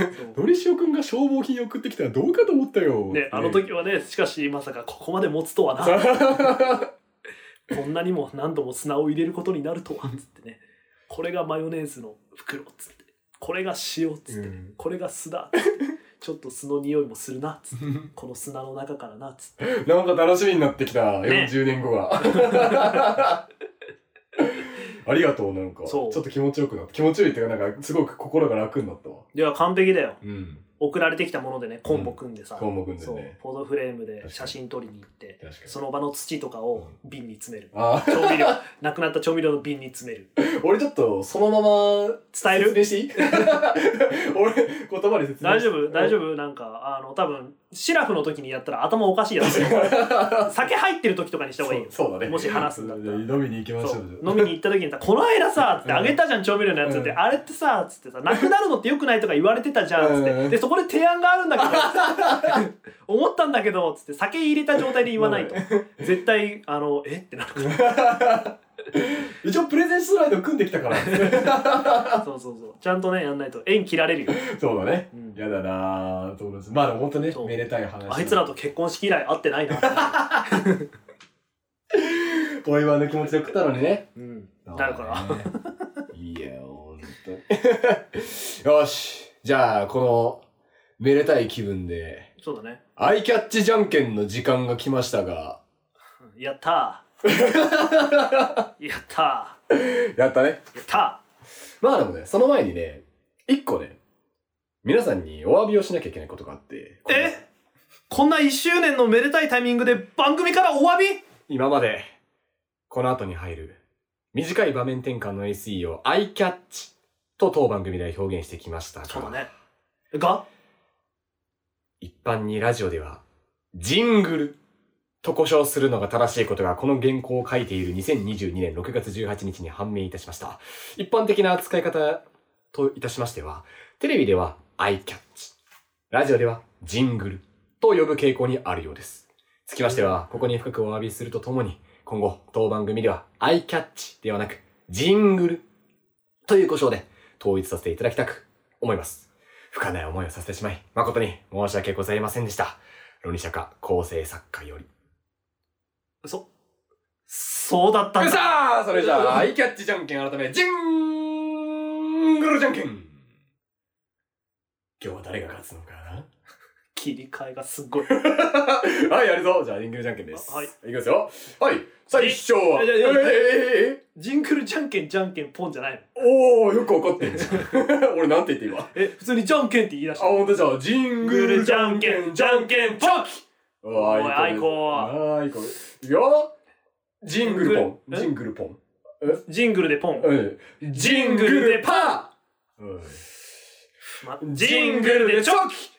Speaker 1: のりしおくんが消防品送ってきたらどうかと思ったよ
Speaker 2: うねあの時はねしかしまさかここまで持つとはなこんなにも何度も砂を入れることになるとはつってねこれがマヨネーズの袋つってこれが塩つって、
Speaker 1: うん
Speaker 2: これが酢だつってちょっと酢の匂いもするなつってこの砂の中からなつって
Speaker 1: [laughs] なんか楽しみになってきた、
Speaker 2: ね
Speaker 1: 40年後が。
Speaker 2: [laughs]
Speaker 1: ありがとう、なんか。ち
Speaker 2: そ
Speaker 1: ょ
Speaker 2: う
Speaker 1: っと気持ちよくなった。気持ちよいっていうか、なんか、すごく心が楽になったわ。
Speaker 2: では完璧だよ
Speaker 1: うん。
Speaker 2: 送られてきたものでねコンボ組んでさ、
Speaker 1: 項目で
Speaker 2: そう
Speaker 1: ね。
Speaker 2: フォトフレームで写真撮りに行って
Speaker 1: 確かに
Speaker 2: その場の土とかを瓶に詰める、
Speaker 1: あ [laughs]
Speaker 2: 調 [laughs] 味料なくなった調味料の瓶に詰める
Speaker 1: ー、俺ちょっと、そのまま、
Speaker 2: 伝える
Speaker 1: 説明して
Speaker 2: [laughs]
Speaker 1: いい俺、言葉で説明
Speaker 2: 大丈夫大丈夫なんかあの多分シラフの時にやったら頭おかしいやつ酒入ってる時とかにした方がいいよ
Speaker 1: そうそうだね。
Speaker 2: もし話すんだったら
Speaker 1: じゃあ飲みに行きましょう
Speaker 2: そ
Speaker 1: じゃ
Speaker 2: う
Speaker 1: あ。
Speaker 2: 飲みに行った時にさ「この間さ」つって「
Speaker 1: うん
Speaker 2: あげたじゃん調味料のやつ」って「
Speaker 1: うん
Speaker 2: あれってさ」つってさ「なくなるのってよくない」とか言われてたじゃん
Speaker 1: う
Speaker 2: つって
Speaker 1: ん
Speaker 2: でそこで提案があるんだ [laughs] けど思ったんだけどつって酒入れた状態で言わないと絶対あの「えっ?」てなるから
Speaker 1: [laughs] 一応、プレゼンスライド組んできた
Speaker 2: [laughs]
Speaker 1: から。
Speaker 2: そうそうそう。ちゃんとね、やんないと縁切られるよ。
Speaker 1: そうだね。
Speaker 2: うん
Speaker 1: やだなぁ、友達。まあ、でも本当ね
Speaker 2: そ、う
Speaker 1: めでたい話。
Speaker 2: あいつらと結婚式以来会ってないな。
Speaker 1: お祝いの気持ちで食ったのにね。
Speaker 2: うん。
Speaker 1: な
Speaker 2: なるから。
Speaker 1: ら。いや、ほんと。 [laughs] よし。じゃあ、この、めでたい気分で、
Speaker 2: そうだね。
Speaker 1: アイキャッチじゃんけんの時間が来ましたが、
Speaker 2: うんやった [laughs] ー。やった
Speaker 1: やったね。
Speaker 2: ー。やった
Speaker 1: まあでもね、その前にね、一個ね、皆さんにお詫びをしなきゃいけないことがあって。
Speaker 2: ー。えこんな1周年のめでたいタイミングで番組からお詫び
Speaker 1: い今まで、この後に入る、短い場面転換の SE をアイキャッチと当番組では表現してきましたが、
Speaker 2: そうだね。が、
Speaker 1: 一般にラジオでは、ジングルと呼称するのが正しいことが、この原稿を書いている2022年6月18日に判明いたしました。一般的な扱い方といたしましては、テレビではアイキャッチ、ラジオではジングルと呼ぶ傾向にあるようです。つきましては、ここに深くお詫びするとともに、今後、当番組ではアイキャッチではなく、ジングルという呼称で統一させていただきたく思います。不可ない思いをさせてしまい、誠に申し訳ございませんでした。論理社科構成作家より。
Speaker 2: そ、そうだったんだ。
Speaker 1: さあそれじゃあ、アイキャッチじゃんけん改め、ジングルじゃんけん今日は誰が勝つのかな [laughs]
Speaker 2: 切り替えがすごい。
Speaker 1: はい、やるぞじゃあ、ジングルじゃんけんです。
Speaker 2: はい
Speaker 1: いきますよ。はい、最初は、え
Speaker 2: え
Speaker 1: ー
Speaker 2: ええ
Speaker 1: えーえー
Speaker 2: ジングルじゃんけんじゃんけんポンじゃないの
Speaker 1: おー、よくわかってんじゃん。俺 [laughs] なんて言って今。あ、
Speaker 2: え、普通にじゃんけんって言い出した。
Speaker 1: ほんとじゃあ、ジングルじゃんけん、じゃんけん、ポン
Speaker 2: お
Speaker 1: お
Speaker 2: いアイコ
Speaker 1: アイコいくよジングルポン。
Speaker 2: え
Speaker 1: ジングルポン。
Speaker 2: ジングルでポン。
Speaker 1: うん。ジングルでパー
Speaker 2: ま
Speaker 1: うん
Speaker 2: ジングルでチョキ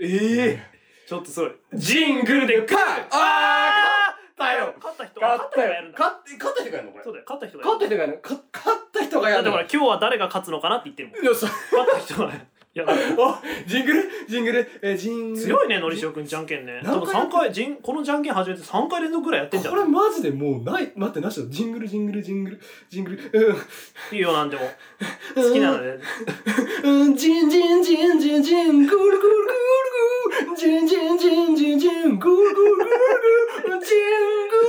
Speaker 1: ええ
Speaker 2: ちょっとすごい。
Speaker 1: ジングルでカーあー勝ったよ
Speaker 2: 勝った人が
Speaker 1: 勝
Speaker 2: 勝っ
Speaker 1: ったた
Speaker 2: 人がや
Speaker 1: よ
Speaker 2: るん
Speaker 1: 勝って勝った人がやるのこ
Speaker 2: だ。
Speaker 1: れ
Speaker 2: そうだよ、勝った人がや
Speaker 1: 勝っ。た
Speaker 2: る
Speaker 1: 人がやるのか勝った人が
Speaker 2: だ
Speaker 1: や
Speaker 2: って
Speaker 1: る
Speaker 2: ほ
Speaker 1: の
Speaker 2: ら、今日は誰が勝つのかなって言ってるもん。
Speaker 1: よし
Speaker 2: 勝った人がやる。
Speaker 1: [laughs] あジングルジングルえージングル
Speaker 2: 強いね、のりしおくん、じゃんけんね。で
Speaker 1: 何
Speaker 2: も
Speaker 1: 回やっ
Speaker 2: 3回、じんこのじゃんけん始めて3回連続ぐらいやってんじゃ
Speaker 1: これ
Speaker 2: ん。
Speaker 1: マジでもうない待ってなしだジングルジングルジングルジングルうん
Speaker 2: いいよ、なんでも。好きなので。
Speaker 1: うんジンジンジンジンジングルグルグルグルジンジンジンジンジングルグルグルグルジングル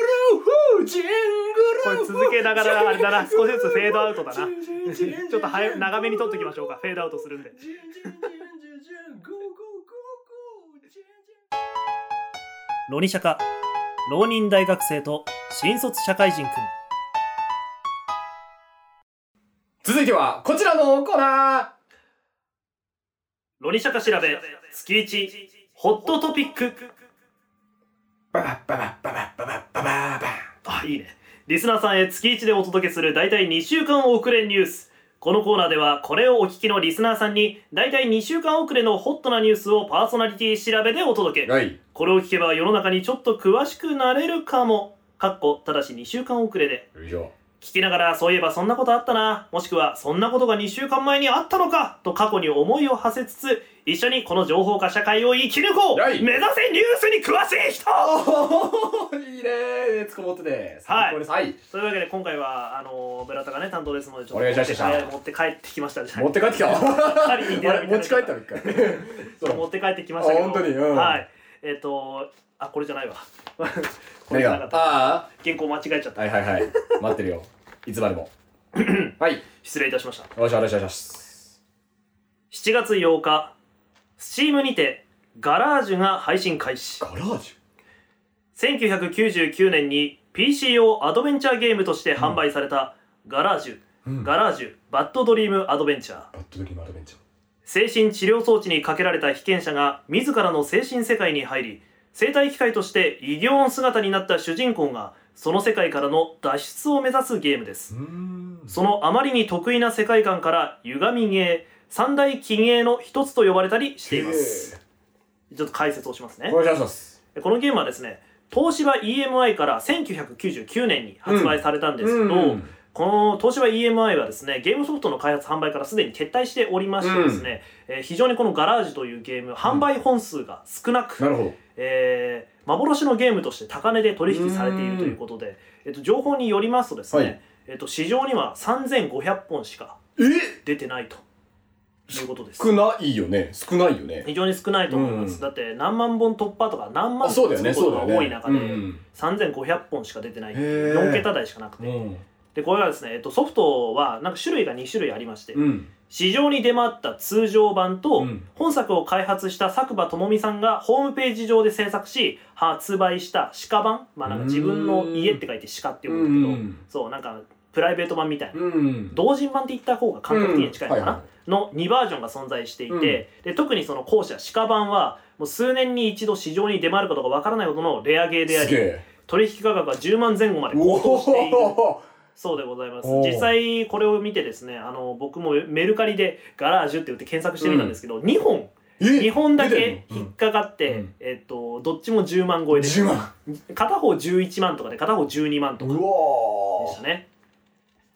Speaker 1: フージング
Speaker 2: こ
Speaker 1: ル
Speaker 2: れ
Speaker 1: フー
Speaker 2: 続けながら、あれ
Speaker 1: [laughs]
Speaker 2: だな、少しずつフェードアウトだな。
Speaker 1: ジンジンジンジン
Speaker 2: ちょっと早長めに撮っときましょうか。フェードアウトするんで。
Speaker 1: ジンジンジンジンジングーグーグーグージンジン
Speaker 2: ロニシャカ、浪人大学生と新卒社会人くん。
Speaker 1: 続いてはこちらのコーナー
Speaker 2: ロニシャカ調べ、月1、ホットトピック。
Speaker 1: バババババババババババ
Speaker 2: あ、いいね。リスナーさんへ月1でお届けする大体2週間遅れニュース。このコーナーではこれをお聞きのリスナーさんに大体2週間遅れのホットなニュースをパーソナリティ調べでお届け。
Speaker 1: はい
Speaker 2: これを聞けば世の中にちょっと詳しくなれるかも。かっこ、ただし2週間遅れで。
Speaker 1: 以上
Speaker 2: 聞きながらそういえばそんなことあったなもしくはそんなことが2週間前にあったのかと過去に思いを馳せつつ一緒にこの情報化社会を生き抜こう
Speaker 1: は
Speaker 2: 目
Speaker 1: い
Speaker 2: 指せニュースに詳しい人
Speaker 1: おーいいねーつこもってて
Speaker 2: はい
Speaker 1: 最高ですはい
Speaker 2: というわけで今回はあのー、ブラタがね担当ですのでちょっと
Speaker 1: お願いしました
Speaker 2: 持って帰持って帰ってきましたじゃない
Speaker 1: 持って帰ってきたあ
Speaker 2: 狩りに出ら
Speaker 1: れ
Speaker 2: れ
Speaker 1: [laughs] 持ち帰った
Speaker 2: た
Speaker 1: の一
Speaker 2: [laughs]
Speaker 1: 回
Speaker 2: ちょっと
Speaker 1: そ
Speaker 2: 持
Speaker 1: う
Speaker 2: って帰ってきましたけど
Speaker 1: あ本当にうん
Speaker 2: はいえっ、とあこれじゃない
Speaker 1: [laughs]
Speaker 2: わこれ
Speaker 1: 何
Speaker 2: じゃ
Speaker 1: が
Speaker 2: なかった
Speaker 1: あ
Speaker 2: 原稿間違えちゃ
Speaker 1: あ
Speaker 2: った
Speaker 1: はいはいはい待ってるよいつま
Speaker 2: [laughs]
Speaker 1: でもはい
Speaker 2: 失礼いたしました
Speaker 1: よしよしよしよし
Speaker 2: 7月8日スチームにてガラージュが配信開始
Speaker 1: ガラージ
Speaker 2: 1999年に PC 用アドベンチャーゲームとして販売されたガラージュ、
Speaker 1: ュうん
Speaker 2: ガラージュバッドドリームアドベンチャー
Speaker 1: バッドドリームアドベンチャー
Speaker 2: 精神治療装置にかけられた被験者が自らの精神世界に入り生体機械として異形の姿になった主人公がその世界からの脱出を目指すゲームです
Speaker 1: うーん
Speaker 2: そのあまりに得意な世界観から歪み芸三大奇芸の一つと呼ばれたりしていますちょっと解説をしますね
Speaker 1: お願いします
Speaker 2: このゲームはですね東芝 EMI から1999年に発売されたんですけど、
Speaker 1: うん
Speaker 2: この東芝 EMI はですねゲームソフトの開発販売からすでに撤退しておりましてですね、えー非常にこの「ガラージュ」というゲーム販売本数が少なく、
Speaker 1: なるほど
Speaker 2: えー幻のゲームとして高値で取引されているということで、えっと、情報によりますとですね、
Speaker 1: はい
Speaker 2: えっと、市場には3500本しか
Speaker 1: え
Speaker 2: 出てないということです
Speaker 1: 少ないよね少ないよね
Speaker 2: 非常に少ないと思います、
Speaker 1: うん
Speaker 2: だって何万本突破とか何万
Speaker 1: あそうだよね
Speaker 2: 本
Speaker 1: そう
Speaker 2: と
Speaker 1: だ
Speaker 2: か
Speaker 1: よ
Speaker 2: が多
Speaker 1: ね
Speaker 2: い中で、
Speaker 1: うん
Speaker 2: 3500本しか出てないって
Speaker 1: へ
Speaker 2: い
Speaker 1: ー
Speaker 2: う4桁台しかなくて、
Speaker 1: うん
Speaker 2: でこれがですね、えっと、ソフトはなんか種類が2種類ありまして、
Speaker 1: うん
Speaker 2: 市場に出回った通常版
Speaker 1: う
Speaker 2: と、
Speaker 1: ん
Speaker 2: 本作を開発した佐久間智美さんがホームページ上で制作し発売した鹿版、まあ、なんか自分の家って書いて鹿って
Speaker 1: う
Speaker 2: 呼ぶんだけど、
Speaker 1: ん
Speaker 2: そうなんかプライベート版みたいな、
Speaker 1: うん
Speaker 2: 同人版って言った方が感覚的に近いのかな、
Speaker 1: うんはいはい
Speaker 2: の2バージョンが存在していて、で特にその後者鹿版はもう数年に一度市場に出回ることがわからないほどのレアゲーであ
Speaker 1: すげ
Speaker 2: り
Speaker 1: え
Speaker 2: 取引価格は10万前後まで高騰している
Speaker 1: おお
Speaker 2: そうでございます
Speaker 1: おー
Speaker 2: 実際これを見てですねあの僕もメルカリでガラージュって打って検索してみたんですけど、2本2
Speaker 1: え
Speaker 2: 本
Speaker 1: 出
Speaker 2: だ
Speaker 1: て
Speaker 2: け
Speaker 1: んの
Speaker 2: 引っかかって、
Speaker 1: うん
Speaker 2: えっとどっちも10万超えで
Speaker 1: 10万
Speaker 2: 片方11万とかで片方12万と
Speaker 1: う
Speaker 2: か
Speaker 1: わ
Speaker 2: でしたね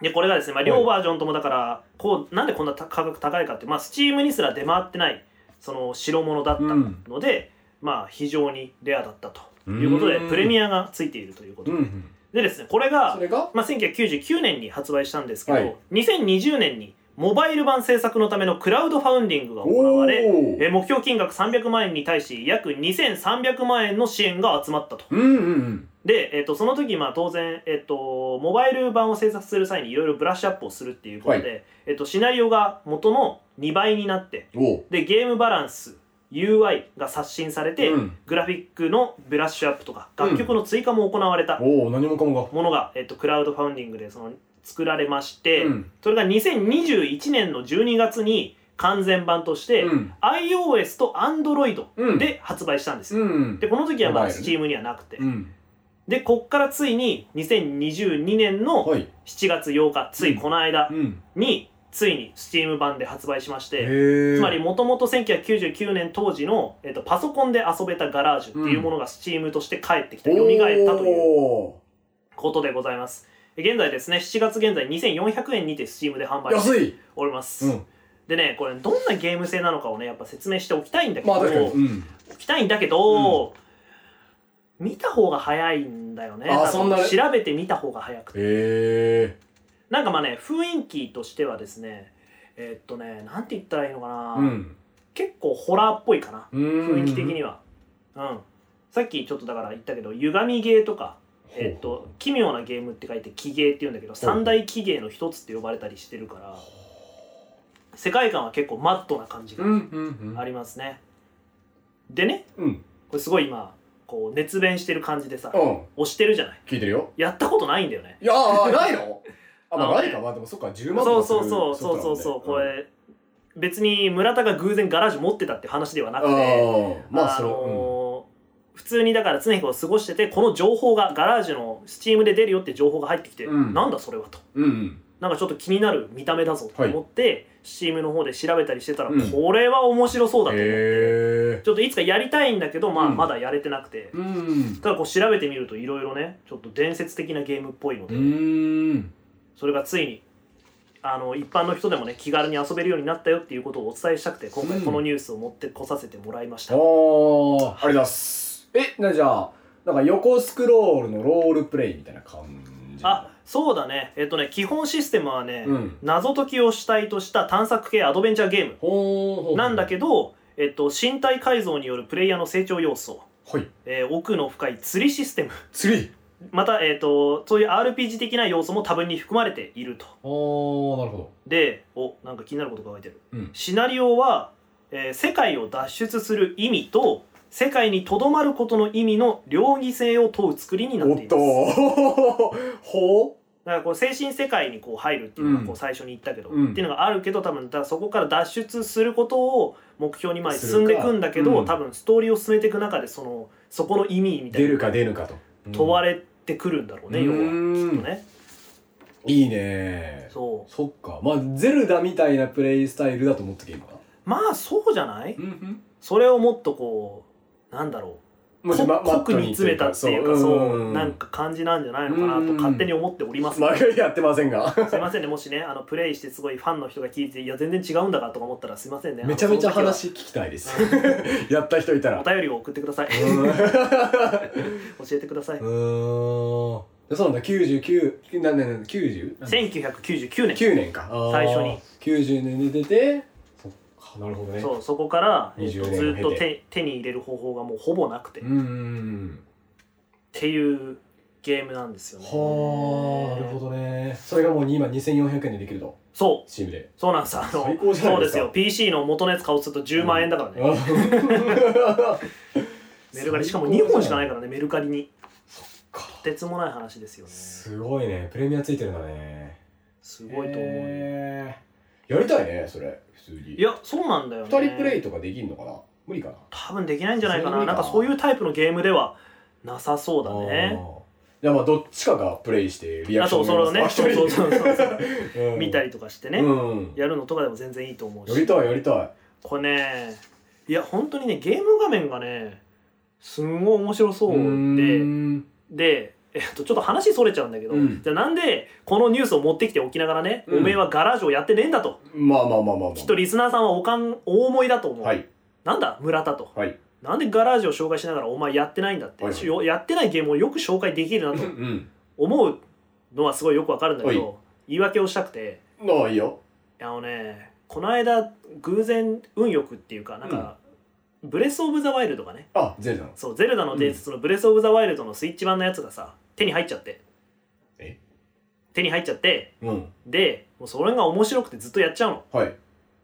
Speaker 2: でこれがですね、まあ、
Speaker 1: は
Speaker 2: 両
Speaker 1: い
Speaker 2: バージョンともだからこうなんでこんな価格高いかってまあスチームにすら出回ってないその白物だった
Speaker 1: うん
Speaker 2: ので、まあ非常にレアだったということで
Speaker 1: うん
Speaker 2: プレミアがついているということ
Speaker 1: う
Speaker 2: で,、
Speaker 1: ん
Speaker 2: ですねこれが
Speaker 3: それが
Speaker 2: まあ、1999年に発売したんですけど、
Speaker 1: はい
Speaker 2: 2020年にモバイル版制作のためのクラウドファウンディングが行
Speaker 1: お
Speaker 2: わ
Speaker 1: お
Speaker 2: れえー目標金額300万円に対し約2300万円の支援が集まったと。
Speaker 1: うんうん
Speaker 2: で、えっとその時まあ当然、えっとモバイル版を制作する際にいろいろブラッシュアップをするっていうことで、えっとシナリオが元の2倍になって
Speaker 1: うんお
Speaker 2: でゲームバランス UI が刷新されて、
Speaker 1: うん
Speaker 2: グラフィックのブラッシュアップとか
Speaker 1: うん
Speaker 2: 楽曲の追加も行われた
Speaker 1: おお何もかも
Speaker 2: ものが、えっとクラウドファウンディングでその作られまし
Speaker 1: が
Speaker 2: て、
Speaker 1: うん
Speaker 2: それが2021年の12月に完全版として、
Speaker 1: うん
Speaker 2: iOS と Android
Speaker 1: うん
Speaker 2: で発売したんですよ、
Speaker 1: うん
Speaker 2: でこの時はまあ
Speaker 1: モバイル
Speaker 2: Steam にはなくて、
Speaker 1: うん
Speaker 2: でこっからついに2022年の
Speaker 1: はい
Speaker 2: 7月8日ついこの間
Speaker 1: うん
Speaker 2: についに Steam 版で発売しまして、
Speaker 1: へえ
Speaker 2: つまりもともと1999年当時の、えっと、パソコンで遊べたガラージュっていうものが Steam として帰ってきた、蘇ったという
Speaker 1: お
Speaker 2: ことでございます現在ですね7月現在2400円にて Steam で販
Speaker 1: ー
Speaker 2: 売して
Speaker 1: 安い
Speaker 2: おります、
Speaker 1: うん
Speaker 2: でねこれどんなゲーム性なのかをねやっぱ説明しておきたいんだけど、
Speaker 1: まあ確かにうん
Speaker 2: おきたいんだけど、見た方が早いんだよね
Speaker 1: あ
Speaker 2: 多分
Speaker 1: そんな
Speaker 2: 調べてみた方が早くて
Speaker 1: へえ
Speaker 2: なんかまあね雰囲気としてはですねえーっとねなんて言ったらいいのかな、
Speaker 1: うん
Speaker 2: 結構ホラーっぽいかな
Speaker 1: 雰
Speaker 2: 雰囲気的にはうん、さっきちょっとだから言ったけど歪みゲーとかえーっと奇妙なゲームって書いて奇ゲーって言うんだけ
Speaker 1: ほ
Speaker 2: ど
Speaker 1: う
Speaker 2: 三大奇ゲーの一つって呼ばれたりしてるから世界観は結構マットな感じが
Speaker 1: うんうん
Speaker 2: ありますね、でね
Speaker 1: うんうん
Speaker 2: これすごい今こう熱弁してる感じでさ
Speaker 1: うん
Speaker 2: 押してるじゃない
Speaker 1: 聞いてるよ
Speaker 2: やったことないんだよね
Speaker 1: いやーない
Speaker 2: [laughs]
Speaker 1: のあまあ
Speaker 2: あのね
Speaker 1: ないかまあでもそっか10万
Speaker 2: そ
Speaker 1: と
Speaker 2: う
Speaker 1: か
Speaker 2: そうそうそうそうそうこれ、別に村田が偶然ガラージュ持ってたって話ではな
Speaker 1: あ
Speaker 2: くて
Speaker 1: あまあ
Speaker 2: あ
Speaker 1: その
Speaker 2: のー普通にだから常日頃過ごしててこの情報がガラージュのスチームで出るよって情報が入ってきて、
Speaker 1: うん
Speaker 2: なんだそれはと
Speaker 1: うんうん
Speaker 2: なんかちょっと気になる見た目だぞと思って、スチームの方で調べたりしてたら、
Speaker 1: うん
Speaker 2: これは面白そうだと思って
Speaker 1: へえ
Speaker 2: ちょっといつかやりたいんだけど、まあ、
Speaker 1: うん
Speaker 2: まだやれてなくて、
Speaker 1: うん
Speaker 2: ただこう調べてみるといろいろねちょっと伝説的なゲームっぽいの
Speaker 1: う
Speaker 2: で、
Speaker 1: ん
Speaker 2: それがついにあの一般の人でもね気軽に遊べるようになったよっていうことをお伝えしたくて今回このニュースを持ってこさせてもらいました、
Speaker 1: おーありがとうございますえなじゃあなんか横スクロールのロールプレイみたいな感じ
Speaker 2: あそうだねえっとね基本システムはね、
Speaker 1: うん
Speaker 2: 謎解きを主体とした探索系アドベンチャーゲーム
Speaker 1: ほーほー
Speaker 2: なんだけど、えっと、身体改造によるプレイヤーの成長要素、
Speaker 1: はい
Speaker 2: えー奥の深い釣りシステム [laughs]
Speaker 1: 次
Speaker 2: また、えっと、そういう RPG 的な要素も多分に含まれていると
Speaker 1: あーなるほ
Speaker 2: でおなんか気になることが書いてる、
Speaker 1: うん
Speaker 2: シナリオは、えー世界を脱出する意味と世界にとどまることの意味の両義性を問う作りにな
Speaker 1: ど
Speaker 2: っ
Speaker 1: お
Speaker 2: てい
Speaker 1: っ
Speaker 2: ます
Speaker 1: と [laughs] ほ
Speaker 2: だからこう精神世界にこう入るっていうの
Speaker 1: う
Speaker 2: が
Speaker 1: ん
Speaker 2: こう最初に言ったけど、
Speaker 1: うん
Speaker 2: っていうのがあるけど多分だからそこから脱出することを目標にまあ
Speaker 1: するか
Speaker 2: 進んでいくんだけど、
Speaker 1: うん
Speaker 2: 多分ストーリーを進めていく中でそのそこの意味み
Speaker 1: う
Speaker 2: たい
Speaker 1: 出
Speaker 2: な
Speaker 1: るか出ぬかと
Speaker 2: 問わ
Speaker 1: れ
Speaker 2: れてくるんだろうね、
Speaker 1: う
Speaker 2: 要は
Speaker 1: ん
Speaker 2: きっとね。
Speaker 1: いいね
Speaker 2: そ
Speaker 1: そっかまあゼルダみたいなプレイスタイルだと思ってけば
Speaker 2: うまあそうじゃない
Speaker 1: うんうん
Speaker 2: それをもっとこうなんだろう
Speaker 1: もし
Speaker 2: こ
Speaker 1: まマッ
Speaker 2: 濃く
Speaker 1: ト
Speaker 2: 煮詰めたっていうか
Speaker 1: と
Speaker 2: そう
Speaker 1: う
Speaker 2: なんか感じなんじゃないのかな
Speaker 1: うん
Speaker 2: と勝手に思っております
Speaker 1: まあやってませんが
Speaker 2: すいませんねもしねあのプレイしてすごいファンの人が聞いていや全然違うんだからとか思ったらすいませんねあの
Speaker 1: めちゃめちゃ
Speaker 2: その
Speaker 1: 話聞きたいです
Speaker 2: 時
Speaker 1: やった人いた
Speaker 2: は
Speaker 1: ら
Speaker 2: お
Speaker 1: [laughs]
Speaker 2: 便りを送ってください [laughs] 教えてください
Speaker 1: うんそうなんだ99何年 90?
Speaker 2: 1999年
Speaker 1: 9年かあー
Speaker 2: 最初に
Speaker 1: 90年に出てそっかなるほどね
Speaker 2: そうそこからえっ
Speaker 1: 20
Speaker 2: と
Speaker 1: 年を
Speaker 2: ず
Speaker 1: 経て
Speaker 2: っと手手に入れる方法がもうほぼなくてっ
Speaker 1: うんうんうん
Speaker 2: ていうゲームなんですよね
Speaker 1: はあなるほどねそれがもう今2400円でできると
Speaker 2: そう
Speaker 1: チームで
Speaker 2: そうなんですあの
Speaker 1: 最高じゃない
Speaker 2: そ
Speaker 1: うで
Speaker 2: ですす
Speaker 1: か
Speaker 2: よ PC の元のやつ買おうとすると10万円だからね [laughs] メルカリしかも2本しかないからねメルカリにとてつもない話ですよね
Speaker 1: すごいねプレミアついてるんだね
Speaker 2: すごいと思うよ、
Speaker 1: へーやりたいねそれ普通に
Speaker 2: いやそうなんだよね
Speaker 1: 2人プレイとかできんのかな無理かな
Speaker 2: 多分できないんじゃないかな
Speaker 1: それ無理か
Speaker 2: なんかそういうタイプのゲームではなさそうだね
Speaker 1: あいやまあどっちかがプレイしてリア
Speaker 2: あ
Speaker 1: クショ
Speaker 2: と
Speaker 1: ン
Speaker 2: そのね
Speaker 1: あ
Speaker 2: そうそうそうそう
Speaker 1: 一人
Speaker 2: 見たりとかして
Speaker 1: う
Speaker 2: ね
Speaker 1: ん
Speaker 2: やるのとかでも全然いいと思う
Speaker 1: やり
Speaker 2: した
Speaker 1: いやりたい
Speaker 2: これねいや本当にねゲーム画面がねすんごい面白そう
Speaker 1: ー
Speaker 2: で
Speaker 1: ん
Speaker 2: でえっとちょっと話それちゃうんだけど、
Speaker 1: うん
Speaker 2: じゃあなんでこのニュースを持ってきておきながらね、
Speaker 1: うん
Speaker 2: おめえはガラージをやってねえんだと
Speaker 1: まあまあまあまあまあ
Speaker 2: きっとリスナーさんはおかん大思いだと思う、
Speaker 1: はい
Speaker 2: なんだ村田と
Speaker 1: はい
Speaker 2: なんでガラージを紹介しながらお前やってないんだって、
Speaker 1: はいはい
Speaker 2: よやってないゲームをよく紹介できるな
Speaker 1: う
Speaker 2: と
Speaker 1: ん
Speaker 2: 思うのはすごいよくわかるんだけ
Speaker 1: は
Speaker 2: ど言い訳をしたくて
Speaker 1: まあいいよ
Speaker 2: あのねこの間偶然運よくっていうかなんか、ブレス・オブ・ザ・ワイルドがね
Speaker 1: あゼルダの
Speaker 2: そうゼルダの伝説のブレス・オブ・ザ・ワイルドのスイッチ版のやつがさ手に入っちゃって
Speaker 1: え
Speaker 2: 手に入っちゃって
Speaker 1: うん
Speaker 2: でもうそれが面白くてずっとやっちゃうの
Speaker 1: はい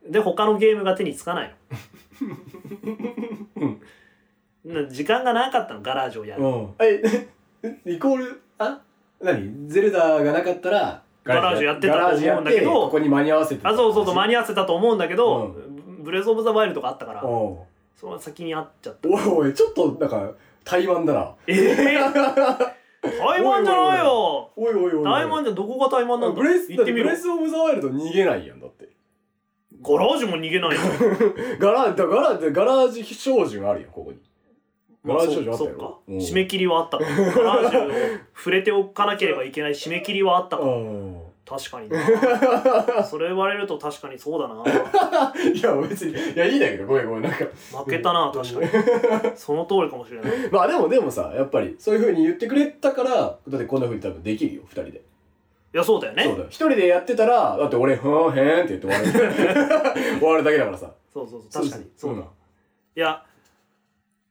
Speaker 2: で他のゲームが手につかないのな時間がなかったのガラージュをやる、
Speaker 1: うんえイコールあ何ゼルダがなかったら
Speaker 2: ガラージュやってたと思う
Speaker 1: ガラー
Speaker 2: んだけど
Speaker 1: ジュやってここに間に合わせて
Speaker 2: あそうそうそう間
Speaker 1: に
Speaker 2: に合わせたと思うんだけど、
Speaker 1: う
Speaker 2: ブレス・オブ・ザ・ワイルドがあったから
Speaker 1: おう
Speaker 2: その先にあっちゃった
Speaker 1: おいおいちょっとなんか台湾だな
Speaker 2: ええ台湾じゃないよ
Speaker 1: [laughs] おいおいおいおい
Speaker 2: 台湾じゃどこが台湾なんだ
Speaker 1: ブレス
Speaker 2: 行ってみ
Speaker 1: ブ
Speaker 2: ろ
Speaker 1: レスオブザワイルド逃げないやんだって
Speaker 2: ガラージュも逃げないよ
Speaker 1: ガラだガラガラージ照準あるよここにガ
Speaker 2: まあ
Speaker 1: ラージ
Speaker 2: そ
Speaker 1: 照準あっ
Speaker 2: う
Speaker 1: た
Speaker 2: そ
Speaker 1: よ
Speaker 2: うか、
Speaker 1: うん
Speaker 2: 締め切りはあったからガラージュを触れておかなければいけない締め切りはあったから
Speaker 1: うん [laughs]
Speaker 2: 確かになそれ言われると確かにそうだない
Speaker 1: や別にいやいいんだけどごめんごめんなんか
Speaker 2: 負けたな確かにその通りかもしれない
Speaker 1: まあでもでもさやっぱりそういう風に言ってくれたからだってこんな風に多分できるよ二人で
Speaker 2: いやそうだよね
Speaker 1: そうだよ一人でやってたらだって俺「ふんへん」って言って終わ
Speaker 2: [laughs]
Speaker 1: る終わるだけだからさ
Speaker 2: そうそうそう確かにそうだ、
Speaker 1: ん
Speaker 2: いや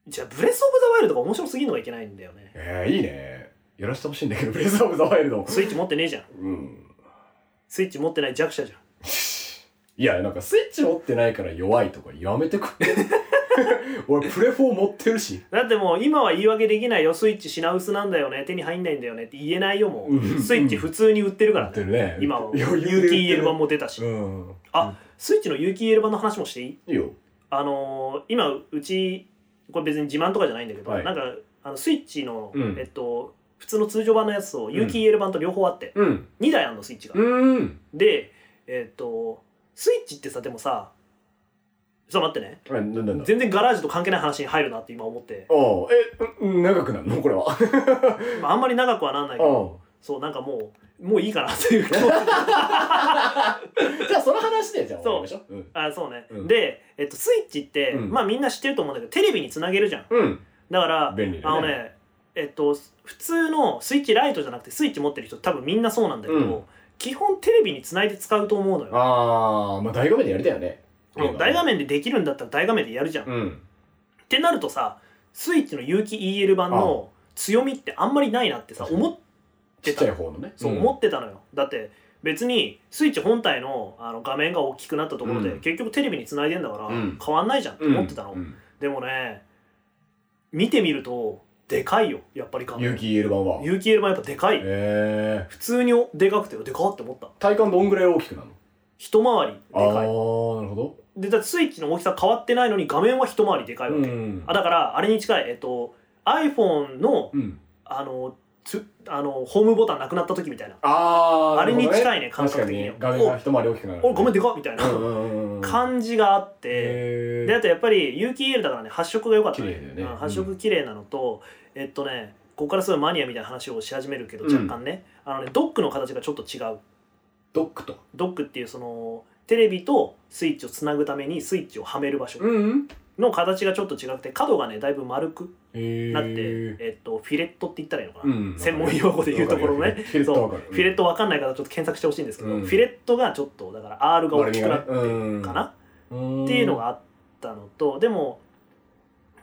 Speaker 2: じゃあブレス・オブ・ザ・ワイルドが面白すぎるのがいけないんだよね
Speaker 1: えー、いいねやらせてほしいんだけどブレスオブザワイルドも
Speaker 2: スイッチ持ってねえじゃん
Speaker 1: うん
Speaker 2: スイッチ持ってない弱者じゃん
Speaker 1: いや、なんかスイッチ持ってないから弱いとかやめてくれ。俺プレフォー持ってるし。
Speaker 2: だってもう今は言い訳できないよスイッチ品薄なんだよね手に入んないんだよねって言えないよもう、
Speaker 1: うん
Speaker 2: スイッチ普通に売ってるから
Speaker 1: 持って
Speaker 2: ね
Speaker 1: るね。
Speaker 2: 今は
Speaker 1: 余裕で
Speaker 2: UTL 版も出たし、
Speaker 1: うん。
Speaker 2: あスイッチの UTL 版の話もしていい
Speaker 1: いいよ。
Speaker 2: あのー今うちこれ別に自慢とかじゃないんだけど、
Speaker 1: はい
Speaker 2: なんかあのスイッチの、
Speaker 1: うん
Speaker 2: えっと普通の通常版のやつと
Speaker 1: ん
Speaker 2: UTL 版と両方あって、
Speaker 1: うん。
Speaker 2: 2台あんのスイッチが、
Speaker 1: うん。
Speaker 2: でえっとスイッチってさでもさちょっと待ってね
Speaker 1: あ、なんだなんだ。
Speaker 2: 全然ガラージと関係ない話に入るなって今思って、
Speaker 1: おうえ、うん長くなるのこれは。
Speaker 2: まあ、あんまり長くはなんないけど
Speaker 1: お
Speaker 2: そうなんかもうもういいかなっていう気持ち
Speaker 1: [laughs] うじゃあその話で、じゃあ
Speaker 2: そ
Speaker 1: 終
Speaker 2: う
Speaker 1: わりましょう。うん。
Speaker 2: あそうね、
Speaker 1: うん
Speaker 2: で、えっと、スイッチって、
Speaker 1: うん
Speaker 2: まあみんな知ってると思うんだけどテレビにつなげるじゃん
Speaker 1: うん。
Speaker 2: だから、
Speaker 1: 便利
Speaker 2: あ
Speaker 1: だ
Speaker 2: の
Speaker 1: ね。
Speaker 2: ねえっと普通のスイッチライトじゃなくてスイッチ持ってる人多分みんなそうなんだけど、
Speaker 1: うん
Speaker 2: 基本テレビにつないで使うと思うのよ
Speaker 1: あー、まあ大画面でやりたいよね。
Speaker 2: うん大画面でできるんだったら大画面でやるじゃん、っ
Speaker 1: うん。
Speaker 2: てなるとさスイッチの有機 EL 版の強みってあんまりないなってさ
Speaker 1: 確かに
Speaker 2: 思っ
Speaker 1: ち
Speaker 2: て
Speaker 1: ったちゃい方のね。
Speaker 2: そうん思ってたのよ、だって別にスイッチ本体のあの画面が大きくなったところで、
Speaker 1: うん
Speaker 2: 結局テレビにつないでんだから
Speaker 1: うん
Speaker 2: 変わんないじゃんって思ってたの、
Speaker 1: うん
Speaker 2: でもね見てみるとでかいよやっぱり画
Speaker 1: 有
Speaker 2: 面
Speaker 1: 機 EL 版は。
Speaker 2: 有機 L 版やっぱでかい、
Speaker 1: えー。
Speaker 2: 普通にでかくてでかって思った
Speaker 1: 体感どんぐらい大きくなるの
Speaker 2: 一回りで
Speaker 1: あー、な
Speaker 2: かい
Speaker 1: るほ
Speaker 2: でだってスイッチの大きさ変わってないのに画面は一回りでかい
Speaker 1: ど。
Speaker 2: わけ、
Speaker 1: ん
Speaker 2: あだからあれに近いえっと iPhone の
Speaker 1: うん。
Speaker 2: あのつあのホームボタンなくなった時みたいな
Speaker 1: あー、
Speaker 2: あれに
Speaker 1: なるほどね
Speaker 2: 近いね感
Speaker 1: 確か
Speaker 2: 覚的
Speaker 1: に
Speaker 2: に
Speaker 1: ね画面が一回り大きくなる、
Speaker 2: おおごめん
Speaker 1: で
Speaker 2: でかっみたいな、
Speaker 1: 感
Speaker 2: 感じがあって、
Speaker 1: で
Speaker 2: であとやっぱり有機 EL だからね発色が良かったね
Speaker 1: 綺麗だよね
Speaker 2: うん発色綺麗なのと、えっとねここからすごいマニアみたいな話をし始めるけど
Speaker 1: うん
Speaker 2: 若干ね、あのねドックの形がちょっと違う
Speaker 1: ドックと
Speaker 2: ドックっていうそのテレビとスイッチをつなぐためにスイッチをはめる場所
Speaker 1: うん
Speaker 2: の形がちょっと違くて角がねだいぶ丸く
Speaker 1: へ
Speaker 2: なって、えっと、フィレットって言ったらいいのかな、
Speaker 1: うん
Speaker 2: 専門用語で言うところのね
Speaker 1: フィレットわかる
Speaker 2: フィレットわかんない方ちょっと検索してほしいんですけど、
Speaker 1: うん
Speaker 2: フィレットがちょっとだから R が大きくなって
Speaker 1: 丸みがねうん
Speaker 2: るかな、
Speaker 1: っ
Speaker 2: っていうのがあったのとでも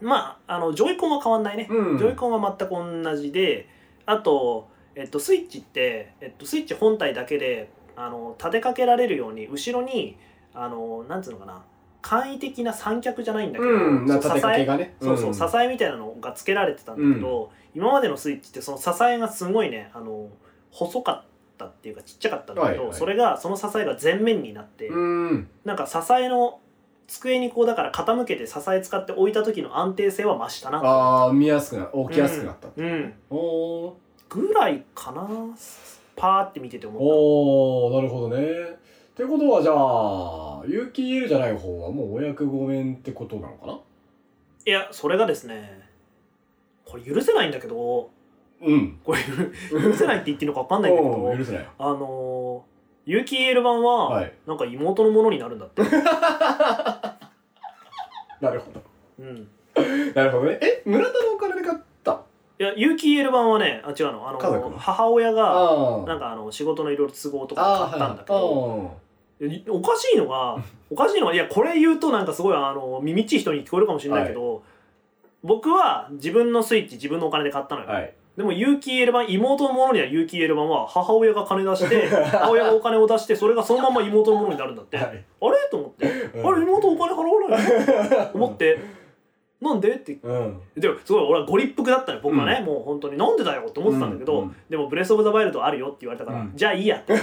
Speaker 2: まああのジョイコンは変わんないね、
Speaker 1: うん
Speaker 2: ジョイコンは全く同じであと、えっと、スイッチって、えっと、スイッチ本体だけであの立てかけられるように後ろにあのなんつうのかな簡易的な三脚じゃないんだけど、
Speaker 1: うんな
Speaker 2: そ
Speaker 1: 立
Speaker 2: う
Speaker 1: て
Speaker 2: 支
Speaker 1: かけ
Speaker 2: え
Speaker 1: がね
Speaker 2: そうそう支えみたいなのがつけられてたんだけど、今までのスイッチってその支えがすごいねあの細かったっていうかちっちゃかったんだけど、
Speaker 1: はいはい
Speaker 2: それがその支えが全面になって、
Speaker 1: うん
Speaker 2: なんか支えの机にこうだから傾けて支え使って置いた時の安定性は増したな
Speaker 1: ああ見やすくな起きやすくなった
Speaker 2: うん
Speaker 1: おー
Speaker 2: ぐらいかなパーって見てて思っ
Speaker 1: おー、なるほどね。ってことはじゃあ、有機 EL じゃない方はもうお役御免ってことなのかな
Speaker 2: たいやそれがですねこれ許せないんだけど
Speaker 1: うん。
Speaker 2: これ許
Speaker 1: [laughs] 許
Speaker 2: せないって言っていいのか分かんないんだけど
Speaker 1: 許せない。
Speaker 2: あのー、有機 EL 版
Speaker 1: は。
Speaker 2: はいなんか妹のものになるんだって、
Speaker 1: なるほど。
Speaker 2: うん
Speaker 1: なるほどね。え、村田のお金で買った
Speaker 2: いや有機 EL 版はねあ違うのあの
Speaker 1: 家族の
Speaker 2: 母親が
Speaker 1: あ
Speaker 2: なん
Speaker 1: か、
Speaker 2: かあの仕事のいろいろ都合と
Speaker 1: あ
Speaker 2: か
Speaker 1: ー
Speaker 2: 買ったんだけ
Speaker 1: は
Speaker 2: ど
Speaker 1: いはい
Speaker 2: いおかしい
Speaker 1: [laughs]
Speaker 2: のがおかしいのがいやこれ言うとなんかすごいあの耳っちい人に聞こえるかもしれないけど、僕は自分のスイッチ自分のお金で買ったのよ、
Speaker 1: うんはい。
Speaker 2: でも有機 EL 版妹のものには有機 EL 版は母親が金出して [laughs] 母親がお金を出してそれがそのまま妹のものになるんだって、
Speaker 1: はい。
Speaker 2: [laughs] あれと思ってあ
Speaker 1: あ
Speaker 2: れ妹お金払わないのと思ってなんでって
Speaker 1: うん。 [laughs]
Speaker 2: でもすごい俺はご立腹だったのよ僕はね、もう本当になんでだよって思ってたんだけど、
Speaker 1: うんうん
Speaker 2: でも「ブレス・オブ・ザ・ワイルドあるよ」って言われたから、
Speaker 1: うん
Speaker 2: じゃあいいやって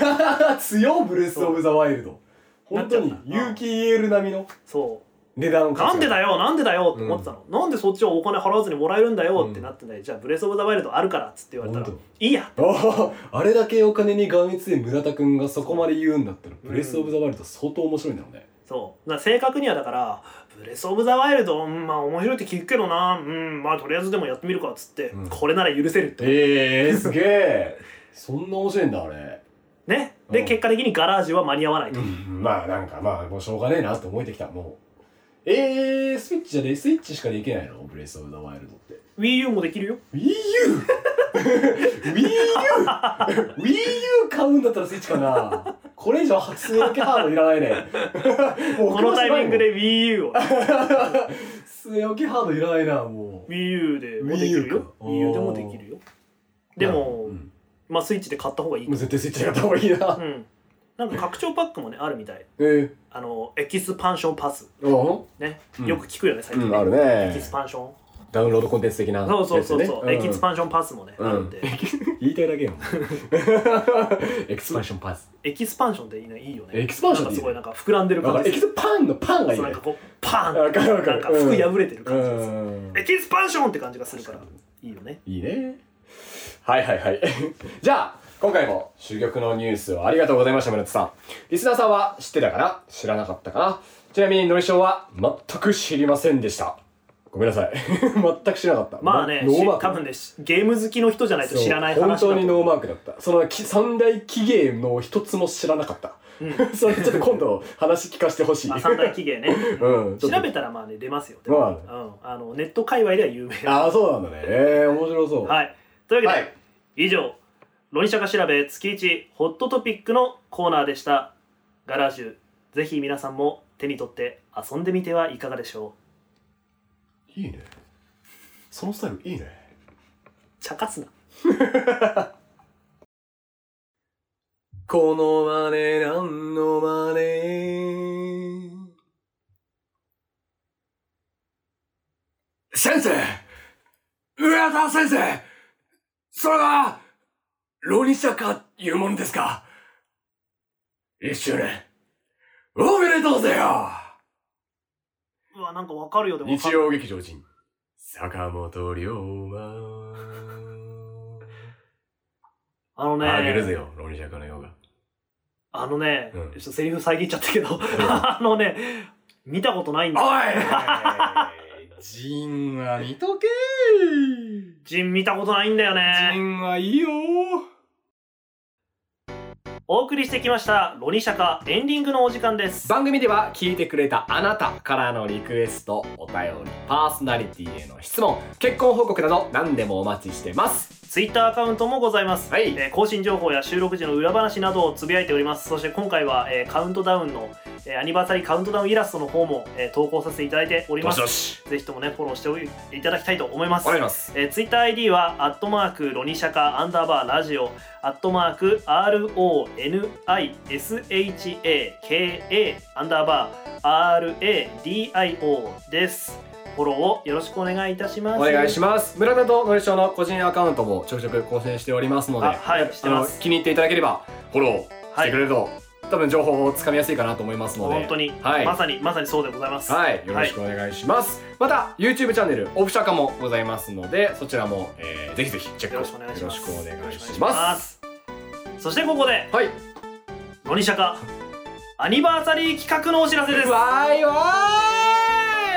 Speaker 1: 強ブレス・オブ・ザ・ワイルド。本当に
Speaker 2: なっちゃっ、た
Speaker 1: 有機 EL 並みの
Speaker 2: そう
Speaker 1: 値段を
Speaker 2: なんでだ
Speaker 1: よ
Speaker 2: よなんでだよって思ってたの、なんでそっちはお金払わずにもらえるんだよってなってね、じゃあブレス・オブ・ザ・ワイルドあるからっつって言われたら
Speaker 1: 本
Speaker 2: いいや
Speaker 1: [laughs] あーあれだけお金にがんみつい村田くんがそこまで言うんだったら、
Speaker 2: うん
Speaker 1: ブレス・オブ・ザ・ワイルド相当面白いんだろうね。
Speaker 2: そうだから正確にはだからブレス・オブ・ザ・ワイルド、うん、まあ面白いって聞くけどなうんまあとりあえずでもやってみるかっつって、
Speaker 1: うん
Speaker 2: これなら許せるって、
Speaker 1: ええー、すげえ。 [laughs] そんな面白いんだ、あれ。
Speaker 2: ねで、
Speaker 1: うん
Speaker 2: 結果的にガラージュは間に合わないと、
Speaker 1: うんまあなんかまあもうしょうがねえなって思えてきたもうえー、スイッチじゃねスイッチしかできないのブレス・オブ・ザ・ワイルドって
Speaker 2: WiiU もできるよ
Speaker 1: [laughs] WiiU!WiiU!WiiU 買うんだったらスイッチかなこれ以上発明だけハードいら [laughs] ないねもう
Speaker 2: このタイミングで WiiU を
Speaker 1: 据え置きハードいらないなもう
Speaker 2: WiiU でもできる
Speaker 1: Wii U か
Speaker 2: よ WiiU でもできるよでも、
Speaker 1: うん
Speaker 2: まあスイッチで買った方がいい
Speaker 1: もう絶対スイッチで買った方がいいな
Speaker 2: うんなんか拡張パックもねあるみたい
Speaker 1: [laughs] えー、
Speaker 2: あのエキスパンションパス
Speaker 1: う
Speaker 2: ね、
Speaker 1: うん
Speaker 2: よく聞くよね最近
Speaker 1: ん、あるね
Speaker 2: エキスパンション
Speaker 1: ダウンロードコンテンツ的なやつ、ね、
Speaker 2: そうそうそうそう、エキス
Speaker 1: ン
Speaker 2: パンションパスもね、
Speaker 1: うん
Speaker 2: あるんで
Speaker 1: 言いたいだけよ [laughs] エキスパンションパス
Speaker 2: エキスパンションっていい,、ね、いいよね
Speaker 1: エキスパンション
Speaker 2: な
Speaker 1: っていい
Speaker 2: んかす
Speaker 1: ね
Speaker 2: ごいなんか膨らんでる
Speaker 1: わか
Speaker 2: 感
Speaker 1: る
Speaker 2: じ
Speaker 1: エキスパンのパンがいい
Speaker 2: そうな
Speaker 1: ね
Speaker 2: んかこうパーン
Speaker 1: わかるわか
Speaker 2: なん
Speaker 1: る
Speaker 2: か服破
Speaker 1: れ
Speaker 2: れてる感じです、
Speaker 1: うん
Speaker 2: エキスパンションって感じがするからいいよね
Speaker 1: いいねはいはいはい [laughs] じゃあ今回も珠玉のニュースをありがとうございました村田さんリスナーさんは知ってたかな知らなかったかなちなみにのりしょうは全く知りませんでしたごめんなさい [laughs] 全く知らなかった
Speaker 2: まあね、
Speaker 1: ノー
Speaker 2: し
Speaker 1: マーク
Speaker 2: 多分ねしゲーム好きの人じゃないと知らない話だ
Speaker 1: そう本当にノー
Speaker 2: マ
Speaker 1: マークだったそのき三大起源の一つも知らなかった、 [laughs] それちょっと今度話聞かせてほしい
Speaker 2: 三大期限ね、
Speaker 1: [laughs] うんちょ
Speaker 2: 調
Speaker 1: っと
Speaker 2: べたらまあね出ますよ、で
Speaker 1: まあ
Speaker 2: もうん、あのネット界隈では有名
Speaker 1: ああそうなんだねえー、面白そう
Speaker 2: はいというわけで、
Speaker 1: はい
Speaker 2: 以上「ロニシャカ調べ月一ホットトピック」のコーナーでしたガラージュぜひ皆さんも手に取って遊んでみてはいかがでしょう
Speaker 1: いいね。そのスタイルいいね。
Speaker 2: 茶化すな
Speaker 1: この真似なんの真似。先生上田先生それは、浪人者かいうものですか一周年、おめでとうぜよ
Speaker 2: うわなんかわかるよでも
Speaker 1: 日曜劇場人、坂本龍馬。
Speaker 2: あのね
Speaker 1: あげるぜよ、浪人者のヨガ。
Speaker 2: あのね、
Speaker 1: うん
Speaker 2: ちょっとセリフ遮っちゃったけど、 [laughs] あのね見たことないんだ
Speaker 1: おいジンは見とけ
Speaker 2: ジン見たことないんだよ
Speaker 1: ジ
Speaker 2: ね
Speaker 1: ンはいいよ
Speaker 2: お送りしてきました「ロニシャカ」エンディングのお時間です
Speaker 1: 番組では聞いてくれたあなたからのリクエスト、お便り、パーソナリティへの質問、結婚報告など何でもお待ちしてます。
Speaker 2: ツイッターアカウントもございます、
Speaker 1: はい
Speaker 2: えー更新情報や収録時の裏話などをつぶやいておりますそして今回は、えーカウントダウンの、えーアニバーサリーカウントダウンイラストの方も、えー投稿させていただいており
Speaker 1: ど
Speaker 2: ま
Speaker 1: し
Speaker 2: す
Speaker 1: どし。
Speaker 2: ぜひともねフォローしておいいただきたいと思いま
Speaker 1: お
Speaker 2: す
Speaker 1: 願いします。
Speaker 2: えー、ツイッター ID は、アットマーク、ロニシャカ、アンダーバー、ラジオ、アットマーク、RONISHAKA、アンダーバー、RADIO です。フォローをよろしくお願いいたします。
Speaker 1: お願いします。村田とのりしょうの個人アカウントもちょくちょく更新しておりますので、
Speaker 2: あはいしてます
Speaker 1: あの気に入っていただければ、フォローしてくれると多分情報をつかみやすいかなと思いますので
Speaker 2: 本当に、
Speaker 1: はい
Speaker 2: まさにまさにそうでございます、
Speaker 1: はい、よろしくお願いします。また YouTube チャンネルオフシャカもございますので、そちらも、えー、ぜひぜひチェック
Speaker 2: よ
Speaker 1: を
Speaker 2: ろしくお願いします
Speaker 1: よろしくお願いし
Speaker 2: お願い
Speaker 1: ます。
Speaker 2: すそしてここで
Speaker 1: はい、
Speaker 2: ノニシャカアニバーサリー企画のお知らせです
Speaker 1: わーいわ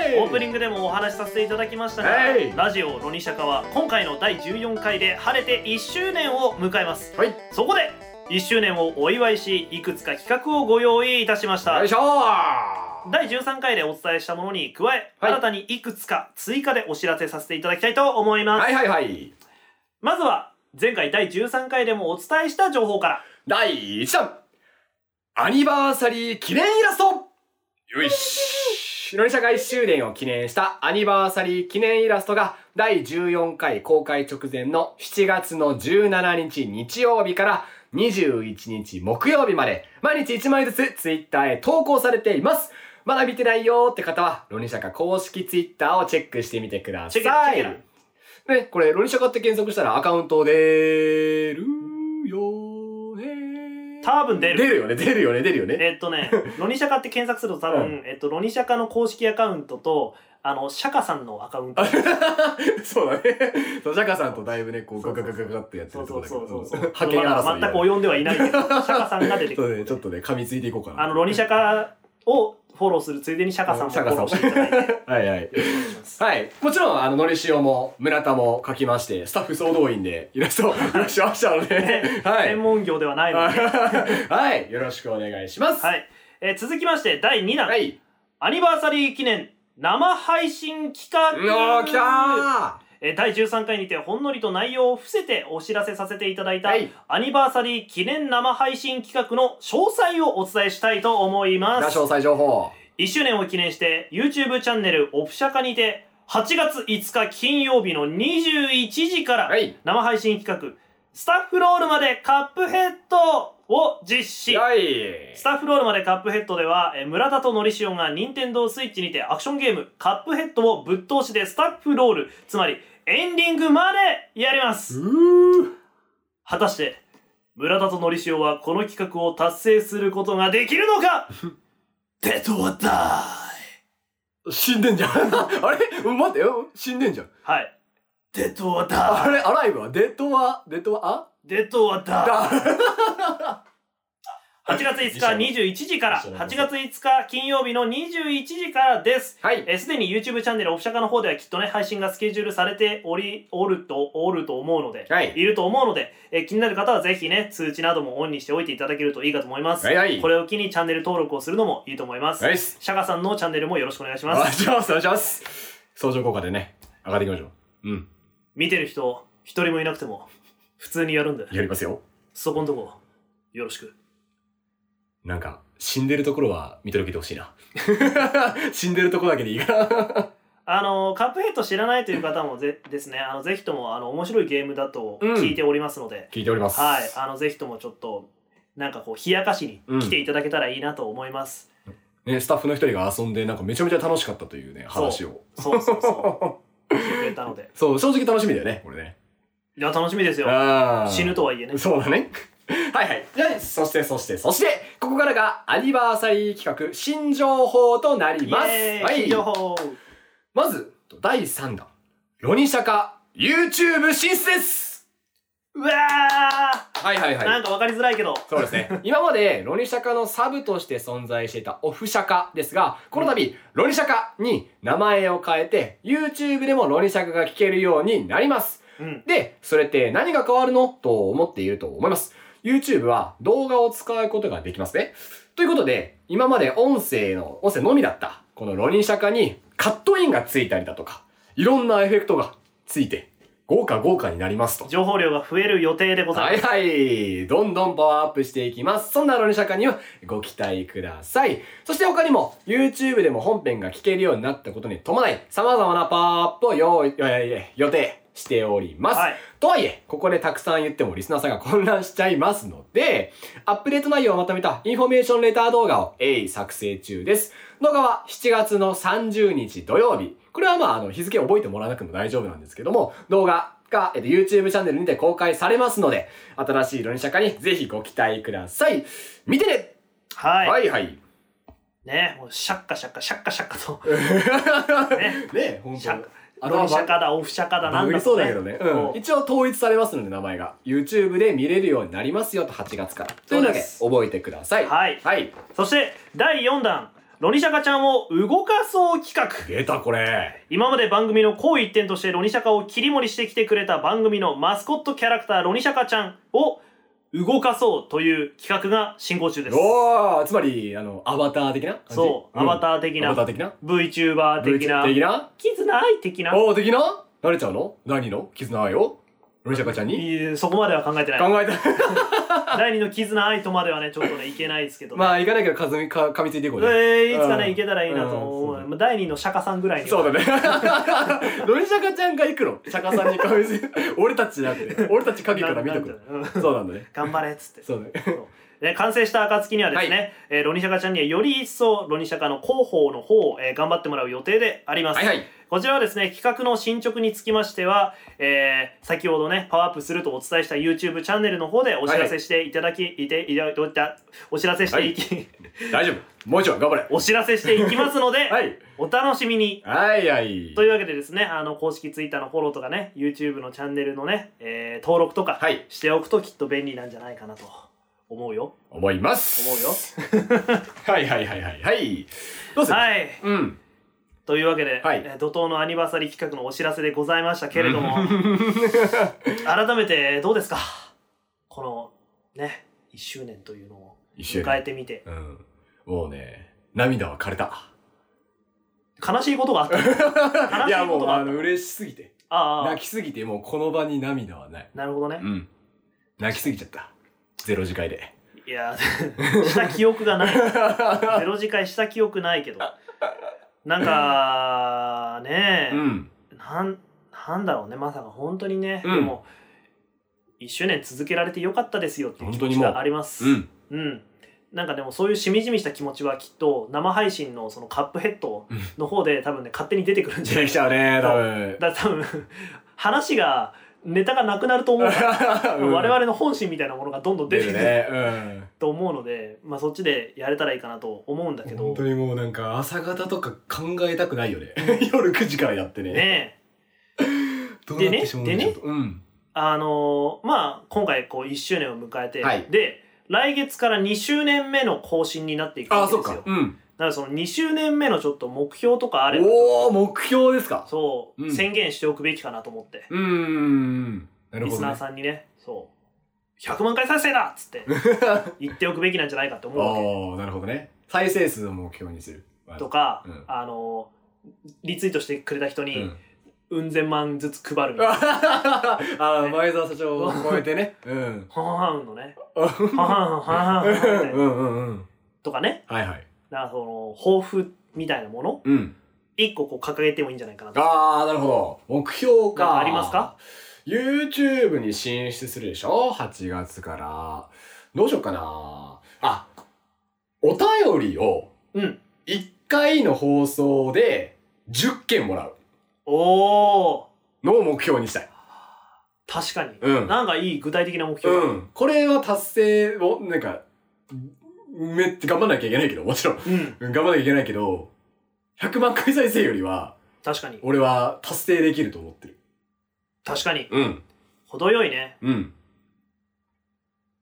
Speaker 1: ーい。
Speaker 2: オープニングでもお話しさせていただきましたが、
Speaker 1: はい
Speaker 2: ラジオ「ロニシャカ」は今回の第14回で晴れて1周年を迎えます
Speaker 1: はい、
Speaker 2: そこで1周年をお祝いしいくつか企画をご用意いたしました
Speaker 1: よいしょー。
Speaker 2: 第13回でお伝えしたものに加え、
Speaker 1: はい
Speaker 2: 新たにいくつか追加でお知らせさせていただきたいと思います、
Speaker 1: はいはいはい。
Speaker 2: まずは前回第13回でもお伝えした情報から
Speaker 1: 第一弾アニバーサリー記念イラスト。よいし。ロニシャカ1周年を記念したアニバーサリー記念イラストが第14回公開直前の7月の17日日曜日から21日木曜日まで毎日1枚ずつツイッターへ投稿されています。まだ見てないよーって方は、ロニシャカ公式ツイッターをチェックしてみてくだ
Speaker 2: チェッ
Speaker 1: さ
Speaker 2: クチェッ
Speaker 1: い。ね、これ、ロニシャカって検索したらアカウント出るよね。
Speaker 2: 多分出る
Speaker 1: 出るよね、出るよね、出るよね。
Speaker 2: えっ
Speaker 1: [laughs]
Speaker 2: とね「ロニシャカ」って検索すると多分、えっと、ロニシャカの公式アカウントとあのシャカさんのアカウント
Speaker 1: そうだね。そう、ジャカさんとだいぶね、こう、ガガガガガってやって
Speaker 2: そ
Speaker 1: る
Speaker 2: う
Speaker 1: とこだ
Speaker 2: そう
Speaker 1: け
Speaker 2: そ
Speaker 1: ど、
Speaker 2: うそう
Speaker 1: うん
Speaker 2: そう
Speaker 1: 派遣
Speaker 2: ま
Speaker 1: 争
Speaker 2: だ
Speaker 1: い。
Speaker 2: 全く及んではいないけどシャカさんが出てく
Speaker 1: そ
Speaker 2: る
Speaker 1: うね、ちょっとね、噛みついていこうかな。
Speaker 2: あのロニシャカをフォローするついでにシャカさんもフ
Speaker 1: シャ
Speaker 2: ォ
Speaker 1: カさん
Speaker 2: ローしていただいて
Speaker 1: はいはい。はい。もちろん、あの、のりしおも、村田も書きまして、スタッフ総動員でイラストを出しましたので、はい
Speaker 2: 専。門業ではないので、
Speaker 1: はい。よろしくお願いします。
Speaker 2: はいえー続きまして第2弾、
Speaker 1: はい。
Speaker 2: アニバーサリー記念生配信企画
Speaker 1: うおー、来た
Speaker 2: えー第13回にてほんのりと内容を伏せてお知らせさせていただい
Speaker 1: ー
Speaker 2: た、
Speaker 1: はい。
Speaker 2: アニバーサリー記念生配信企画の詳細をお伝えしたいと思いま
Speaker 1: ラ
Speaker 2: す
Speaker 1: 詳細情報。
Speaker 2: 1周年を記念して YouTube チャンネルオフシャカにて8月5日金曜日の21時から、
Speaker 1: はい。
Speaker 2: 生配信企画スタッフロールまでカップヘッドを実施
Speaker 1: はい。
Speaker 2: スタッフロールまでカップヘッドではえー村田とのりしおが任天堂スイッチにてアクションゲームカップヘッドをぶっ通しでスタッフロールつまりエンディングまでやります
Speaker 1: うー
Speaker 2: 果たして村田とのりしおはこの企画を達成することができるの
Speaker 1: [laughs]
Speaker 2: かデッドオアダイ
Speaker 1: 死んでん [laughs] じゃん。あれうん待ってよ。死んでんじゃん。
Speaker 2: はいデッドオア
Speaker 1: あ
Speaker 2: ダイ
Speaker 1: れアライブはデッドは、デッドは、
Speaker 2: デッドオアダ [laughs]
Speaker 1: あ
Speaker 2: イ
Speaker 1: だ
Speaker 2: 8月5日21時から、
Speaker 1: 一緒に
Speaker 2: 8月5日金曜日の21時からです。
Speaker 1: はい。
Speaker 2: えーすでに YouTube チャンネルオフシャカの方ではきっとね、配信がスケジュールされており、おると、おると思うので、
Speaker 1: はい
Speaker 2: ると思うので、えー気になる方はぜひね、通知などもオンにしておいていただけるといいかと思います。
Speaker 1: はいはい
Speaker 2: これを機にチャンネル登録をするのもいいと思います。
Speaker 1: ナイス。
Speaker 2: シャカさんのチャンネルもよろしくお願いし
Speaker 1: お
Speaker 2: ま
Speaker 1: 願い
Speaker 2: す。
Speaker 1: します。お願いします。相乗効果でね、上がっていきましょう。うん。
Speaker 2: 見てる人、一人もいなくても、普通にやるんで、
Speaker 1: やりますよ。
Speaker 2: そこんとこ、よろしく。
Speaker 1: なんか、死んでるところは見届けてほしい
Speaker 2: [laughs]
Speaker 1: な。死んでるとこだけでいいから。
Speaker 2: あのカップヘッド知らないという方もぜ [laughs] ですねあのぜひともあの面白いゲームだと
Speaker 1: うん
Speaker 2: 聞いておりますので、
Speaker 1: 聞いております。
Speaker 2: はいあのぜひともちょっとなんかこう冷やかしに来ていただけたらいいなと思
Speaker 1: [laughs]
Speaker 2: います、
Speaker 1: ね、スタッフの一人が遊んで、なんかめちゃめちゃ楽しかったというね、
Speaker 2: そう
Speaker 1: 話を。
Speaker 2: そうそうそうしてくれたので
Speaker 1: そう、正直楽しみだよね、これね。
Speaker 2: いや楽しみですよ
Speaker 1: あー
Speaker 2: 死ぬとはいえね
Speaker 1: そうだね。 [laughs] はいはい。じゃあ、そしてそしてそして、ここからがアニバーサリー企画、新情報となります。
Speaker 2: イエーイ
Speaker 1: は
Speaker 2: 新
Speaker 1: い。
Speaker 2: 情報
Speaker 1: まず、第3弾。ロニシャカ YouTube 進出です
Speaker 2: うわ
Speaker 1: はいはい
Speaker 2: ー、なんかわかりづらいけど
Speaker 1: そうですね。今までロニシャカのサブとして存在していたオフシャカですが、この度、ロニシャカに名前を変えて、YouTube でもロニシャカが聴けるようになります。
Speaker 2: うん
Speaker 1: で、それって何が変わるのと思っていると思います。YouTube は動画を使うことができますね。ということで、今まで音声の、音声のみだった、このロニシャカにカットインがついたりだとか、いろんなエフェクトがついて、豪華豪華になりますと。
Speaker 2: 情報量が増える予定でござ
Speaker 1: はいい
Speaker 2: ます、
Speaker 1: はい。どんどんパワーアップしていきます。そんなロニシャカにはご期待ください。そして他にも YouTube でも本編が聞けるようになったことに伴い様々なパワーアップを用意、いやいやいや予定しております。
Speaker 2: はい
Speaker 1: とはいえ、ここでたくさん言ってもリスナーさんが混乱しちゃいますので、アップデート内容をまとめたインフォメーションレター動画を鋭意作成中です。動画は7月の30日土曜日。これはまあ、あの、日付覚えてもらわなくても大丈夫なんですけども、動画が、えっと、YouTube チャンネルにて公開されますので、新しいロニシャカにぜひご期待ください。見てね
Speaker 2: はい。
Speaker 1: はいはい。
Speaker 2: ね、もうシャッカシャッカ、シャッカシャッカと。
Speaker 1: [laughs] ねえ、ほん
Speaker 2: シャッ
Speaker 1: と
Speaker 2: カ。ドンシャカだ、オフシャカ
Speaker 1: バ
Speaker 2: だ、なん
Speaker 1: グ
Speaker 2: だ
Speaker 1: り
Speaker 2: と
Speaker 1: そう
Speaker 2: ね
Speaker 1: だけどね。
Speaker 2: そう
Speaker 1: うん一応統一されますので、名前が。YouTube で見れるようになりますよと、8月から。というわけで、
Speaker 2: そ
Speaker 1: 覚えてください。
Speaker 2: はい
Speaker 1: はい。
Speaker 2: そして、第4弾、ロニシャカちゃんを動かそう企画。
Speaker 1: 出た、これ。
Speaker 2: 今まで番組の好一点としてロニシャカを切り盛りしてきてくれた番組のマスコットキャラクターロニシャカちゃんを動かそうという企画が進行中です。
Speaker 1: おー、つまり、あの、アバター的な感じ
Speaker 2: そう、アバター的
Speaker 1: ア
Speaker 2: な
Speaker 1: バター的な
Speaker 2: VTuber 的な
Speaker 1: VTuber 的な
Speaker 2: キズナアイ的な
Speaker 1: おー、的な慣れちゃうの何の絆愛をロニシャカちゃんに
Speaker 2: いやそこまでは考えてない。
Speaker 1: 考えた。
Speaker 2: 第二のキズナアイとまではね、ちょっとね、いけないですけど、ね。
Speaker 1: [laughs] まあ、いかないけど、かずみ、か、噛みついていこう
Speaker 2: え
Speaker 1: ね。
Speaker 2: ーいつか
Speaker 1: う
Speaker 2: ね、
Speaker 1: ん
Speaker 2: いけたらいいなと思う。
Speaker 1: うん
Speaker 2: まあ第二の釈迦さんぐらいには。
Speaker 1: そうだ [laughs] ね。ロニシャカちゃんが行くの。釈迦さんに噛みついて。俺たちじゃなくて、俺たち影から見とく
Speaker 2: な
Speaker 1: の。
Speaker 2: んなんだろううん
Speaker 1: そうなんだね。
Speaker 2: 頑張れっつって。
Speaker 1: そうだね。
Speaker 2: [laughs] で完成した暁にはですね、えーロニシャカちゃんにはより一層ロニシャカの広報の方を、えー頑張ってもらう予定であります、
Speaker 1: はいはい。
Speaker 2: こちらはですね企画の進捗につきましては、えー先ほどねパワーアップするとお伝えした YouTube チャンネルの方でお知らせしていただき、いていただいたお知らせしていき、
Speaker 1: 大丈夫。もう一丁、頑張れ。
Speaker 2: [laughs] お知らせしていきますので、
Speaker 1: はい。
Speaker 2: お楽しみに
Speaker 1: はいはい。
Speaker 2: というわけでですねあの公式 Twitter のフォローとかね YouTube のチャンネルのね、えー登録とか
Speaker 1: はい
Speaker 2: しておくときっと便利なんじゃないかなと思うよ
Speaker 1: 思います。 [laughs]
Speaker 2: 思うよ。
Speaker 1: はいはいはいはいはい。どうする
Speaker 2: はい
Speaker 1: うん。
Speaker 2: というわけで、
Speaker 1: はい
Speaker 2: えー怒涛のアニバーサリー企画のお知らせでございましたけれ
Speaker 1: [laughs]
Speaker 2: ども改めてどうですかこのね1周年というのを
Speaker 1: 一周
Speaker 2: 迎えてみて
Speaker 1: うん。もうね、涙は枯れた。
Speaker 2: 悲しいこ
Speaker 1: [laughs]
Speaker 2: とがあった悲
Speaker 1: い
Speaker 2: し
Speaker 1: や
Speaker 2: いこ
Speaker 1: も
Speaker 2: と
Speaker 1: う、
Speaker 2: が
Speaker 1: あ
Speaker 2: あった
Speaker 1: の、嬉しすぎて。
Speaker 2: ああ
Speaker 1: 泣きすぎて、もうこの場に涙はない。
Speaker 2: なるほどね、
Speaker 1: うん。泣きすぎちゃった。ゼロ次回で。
Speaker 2: いや [laughs] した記憶がないゼロ次回した記憶ないけどなんかねえ、
Speaker 1: うん。
Speaker 2: なんなんだろうねまさか本当にね、
Speaker 1: うん
Speaker 2: でも1周年続けられてよかったですよっていう気
Speaker 1: 本
Speaker 2: 持
Speaker 1: 当
Speaker 2: ち
Speaker 1: にもう
Speaker 2: があります
Speaker 1: うん。
Speaker 2: うん。なんかでもそういうしみじみした気持ちはきっと生配信のそのカップヘッドの方で多分ね勝手に出てくるんじゃな
Speaker 1: 出
Speaker 2: い
Speaker 1: てきちゃうね、多分。
Speaker 2: だから多分話がネタがなくなると思うから
Speaker 1: [laughs] うん
Speaker 2: 我々の本心みたいなものがどんどん出て
Speaker 1: 出
Speaker 2: く
Speaker 1: る
Speaker 2: る、
Speaker 1: ね。うん。
Speaker 2: と思うので、まあ、そっちでやれたらいいかなと思うんだけど
Speaker 1: 本当にもうなんか朝方とか考えたくないよね。 [laughs] 夜9時からやってね。
Speaker 2: ねえ
Speaker 1: どうなってしまうんでしょう
Speaker 2: でねでね
Speaker 1: とうん。
Speaker 2: あのーまあ今回こう1周年を迎えて、
Speaker 1: はい
Speaker 2: で来月から2周年目の更新になっていく
Speaker 1: あ
Speaker 2: わ
Speaker 1: あ、
Speaker 2: け
Speaker 1: そっ
Speaker 2: ですよ
Speaker 1: か。うん。
Speaker 2: だからその2周年目のちょっと目標とかあれば
Speaker 1: おー、目標ですか。
Speaker 2: そう、
Speaker 1: うん
Speaker 2: 宣言しておくべきかなと思って
Speaker 1: うーん。なる
Speaker 2: リ
Speaker 1: ほ
Speaker 2: ス
Speaker 1: ど
Speaker 2: ナー
Speaker 1: ね。
Speaker 2: さんにね、そう、100万回再生だっつって言っておくべきなんじゃないかと思うわけ [laughs]
Speaker 1: おー、なるほどね。再生数を目標にする。まず
Speaker 2: と、か、
Speaker 1: うん
Speaker 2: あの、リツイートしてくれた人
Speaker 1: う
Speaker 2: に
Speaker 1: ん。
Speaker 2: うん千万ずつ配るみたいな。
Speaker 1: [laughs] ああ、前澤社長を超えてね。
Speaker 2: [laughs]
Speaker 1: うん。
Speaker 2: はんはんのね。
Speaker 1: うん
Speaker 2: はんはんはんはんはんはんはんって
Speaker 1: うんうんうん。
Speaker 2: とかね。
Speaker 1: はいはい。
Speaker 2: なんかその、抱負みたいなもの、
Speaker 1: うん。
Speaker 2: 一個こう掲げてもいいんじゃないかなと。
Speaker 1: ああ、なるほど。目標
Speaker 2: なんか
Speaker 1: か。
Speaker 2: ありますか
Speaker 1: ?YouTube に進出するでしょ ?8 月から。どうしようかな。あ、お便りを、
Speaker 2: うん。
Speaker 1: 1回の放送で10件もらう
Speaker 2: おー、
Speaker 1: のを目標にしたい。
Speaker 2: 確かに。
Speaker 1: うん。
Speaker 2: なんかいい具体的な目標。
Speaker 1: うん。これは達成を、なんか、めっちゃ頑張んなきゃいけないけど、もちろん。
Speaker 2: うん、
Speaker 1: うん頑張んなきゃいけないけど、100万回再生よりは、
Speaker 2: 確かに。
Speaker 1: 俺は達成できると思ってる。
Speaker 2: 確かに。
Speaker 1: うん。
Speaker 2: 程よいね。
Speaker 1: うん。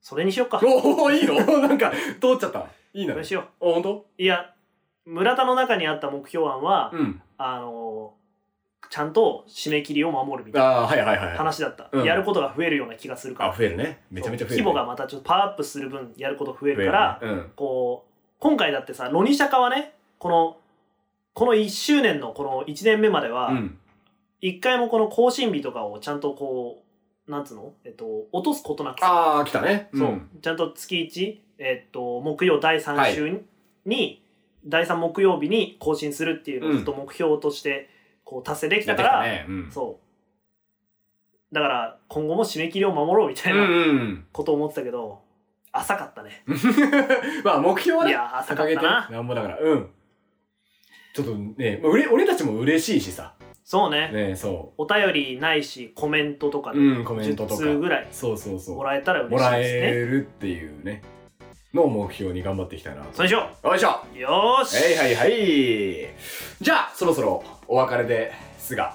Speaker 2: それにしよっか。そ
Speaker 1: おおいいの [laughs] なんか、通っちゃった。いいな。
Speaker 2: れしよ
Speaker 1: お、ほんと
Speaker 2: う。いや、村田の中にあった目標案は、
Speaker 1: うん。
Speaker 2: あのーちゃんと締め切りを守るみ
Speaker 1: あ
Speaker 2: たい
Speaker 1: あー、はいはいはい
Speaker 2: な
Speaker 1: はい。
Speaker 2: 話だった、
Speaker 1: うん
Speaker 2: やることが増えるような気がするから
Speaker 1: あ、増えるね。めちゃめちゃ増える、ね。
Speaker 2: 規模がまたちょっとパワーアップする分やること増えるから、
Speaker 1: 増えるね
Speaker 2: こう今回だってさロニシャカはねこのこの1周年のこの1年目まで
Speaker 1: うん。う
Speaker 2: は
Speaker 1: ん。
Speaker 2: 一回もこの更新日とかをちゃんとこうなんつうの、えっと、落とすことなくさ
Speaker 1: ああ、来たね。
Speaker 2: そう、
Speaker 1: ん
Speaker 2: ちゃんと月1、えっと、木曜第3週に、第3木曜日に更新するっていうのをずっと目標としてこう達成できたから、
Speaker 1: やってきたねうん。
Speaker 2: そう。だから、今後も締め切りを守ろうみたい
Speaker 1: うん
Speaker 2: な
Speaker 1: うん。 [laughs]
Speaker 2: ことを思ってたけど、浅かったね。
Speaker 1: まあ、目標はいね、
Speaker 2: や、浅か
Speaker 1: 掲
Speaker 2: っ
Speaker 1: げ
Speaker 2: た
Speaker 1: て
Speaker 2: な。
Speaker 1: なんぼだから。うん。ちょっとね、まあ、うれ俺たちも嬉しいしさ。
Speaker 2: そうね。
Speaker 1: ねそ
Speaker 2: お便りないし、コメントとか
Speaker 1: う。
Speaker 2: で、
Speaker 1: うん、コメント
Speaker 2: 10
Speaker 1: とか。
Speaker 2: 通ぐらい
Speaker 1: そうそうそう。
Speaker 2: もらえたら嬉
Speaker 1: も
Speaker 2: しい
Speaker 1: ら
Speaker 2: ですね。
Speaker 1: えるっていうね。の目標に頑張っていきたいなと。
Speaker 2: そうしよ
Speaker 1: よいしょ
Speaker 2: うよーし
Speaker 1: はいはいはいじゃあ、そろそろお別れですが、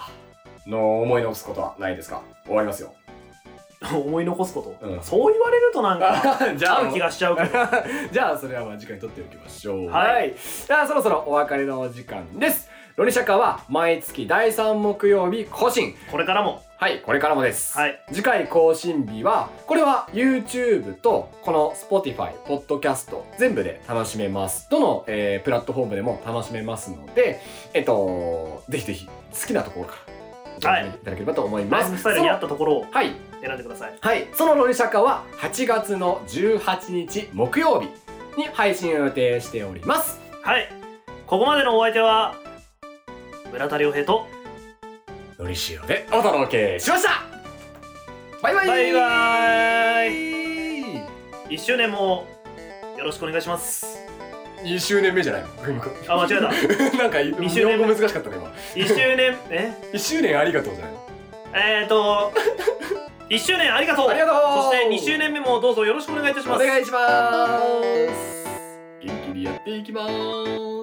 Speaker 1: の思い残すことはないですか終わりますよ。
Speaker 2: [laughs] 思い残すこと、
Speaker 1: うん
Speaker 2: そう言われるとな
Speaker 1: [laughs]
Speaker 2: んか
Speaker 1: じ
Speaker 2: ある気がしちゃうけど
Speaker 1: じゃあそれはまあ次回に取っておきましょう
Speaker 2: はい
Speaker 1: じゃあそろそろお別れのお時間ですロニシャカは毎月第3木曜日更新
Speaker 2: これからも
Speaker 1: はいこれからもです、
Speaker 2: はい
Speaker 1: 次回更新日はこれは YouTube とこの Spotify ポッドキャスト全部で楽しめますどの、えープラットフォームでも楽しめますのでえっとぜひぜひ好きなところから
Speaker 2: はい
Speaker 1: お楽しみいただければと思いま
Speaker 2: ライ
Speaker 1: す、
Speaker 2: フスタイルに合ったところを
Speaker 1: そのはい
Speaker 2: 選んでください
Speaker 1: はい、そのロリシャカは8月の18日木曜日に配信を予定しております。
Speaker 2: はいここまでのお相手は村田亮平と
Speaker 1: ロリシオでお届けしましたバイバイ
Speaker 2: バイバーイ
Speaker 1: イ
Speaker 2: 1周年もよろしくお願いします
Speaker 1: !2 周年目じゃないの
Speaker 2: あ間違え
Speaker 1: [laughs]
Speaker 2: た
Speaker 1: なんか、
Speaker 2: 二
Speaker 1: 日
Speaker 2: 周年
Speaker 1: 本
Speaker 2: 目
Speaker 1: 語難しかったね、今。
Speaker 2: 1周年え
Speaker 1: 1周年ありがとうじゃないの
Speaker 2: えーと1周年ありがとう
Speaker 1: ありがとう
Speaker 2: そして2周年目もどうぞよろしくお願いいたし
Speaker 1: お
Speaker 2: ます
Speaker 1: 願いします元気にやっていきます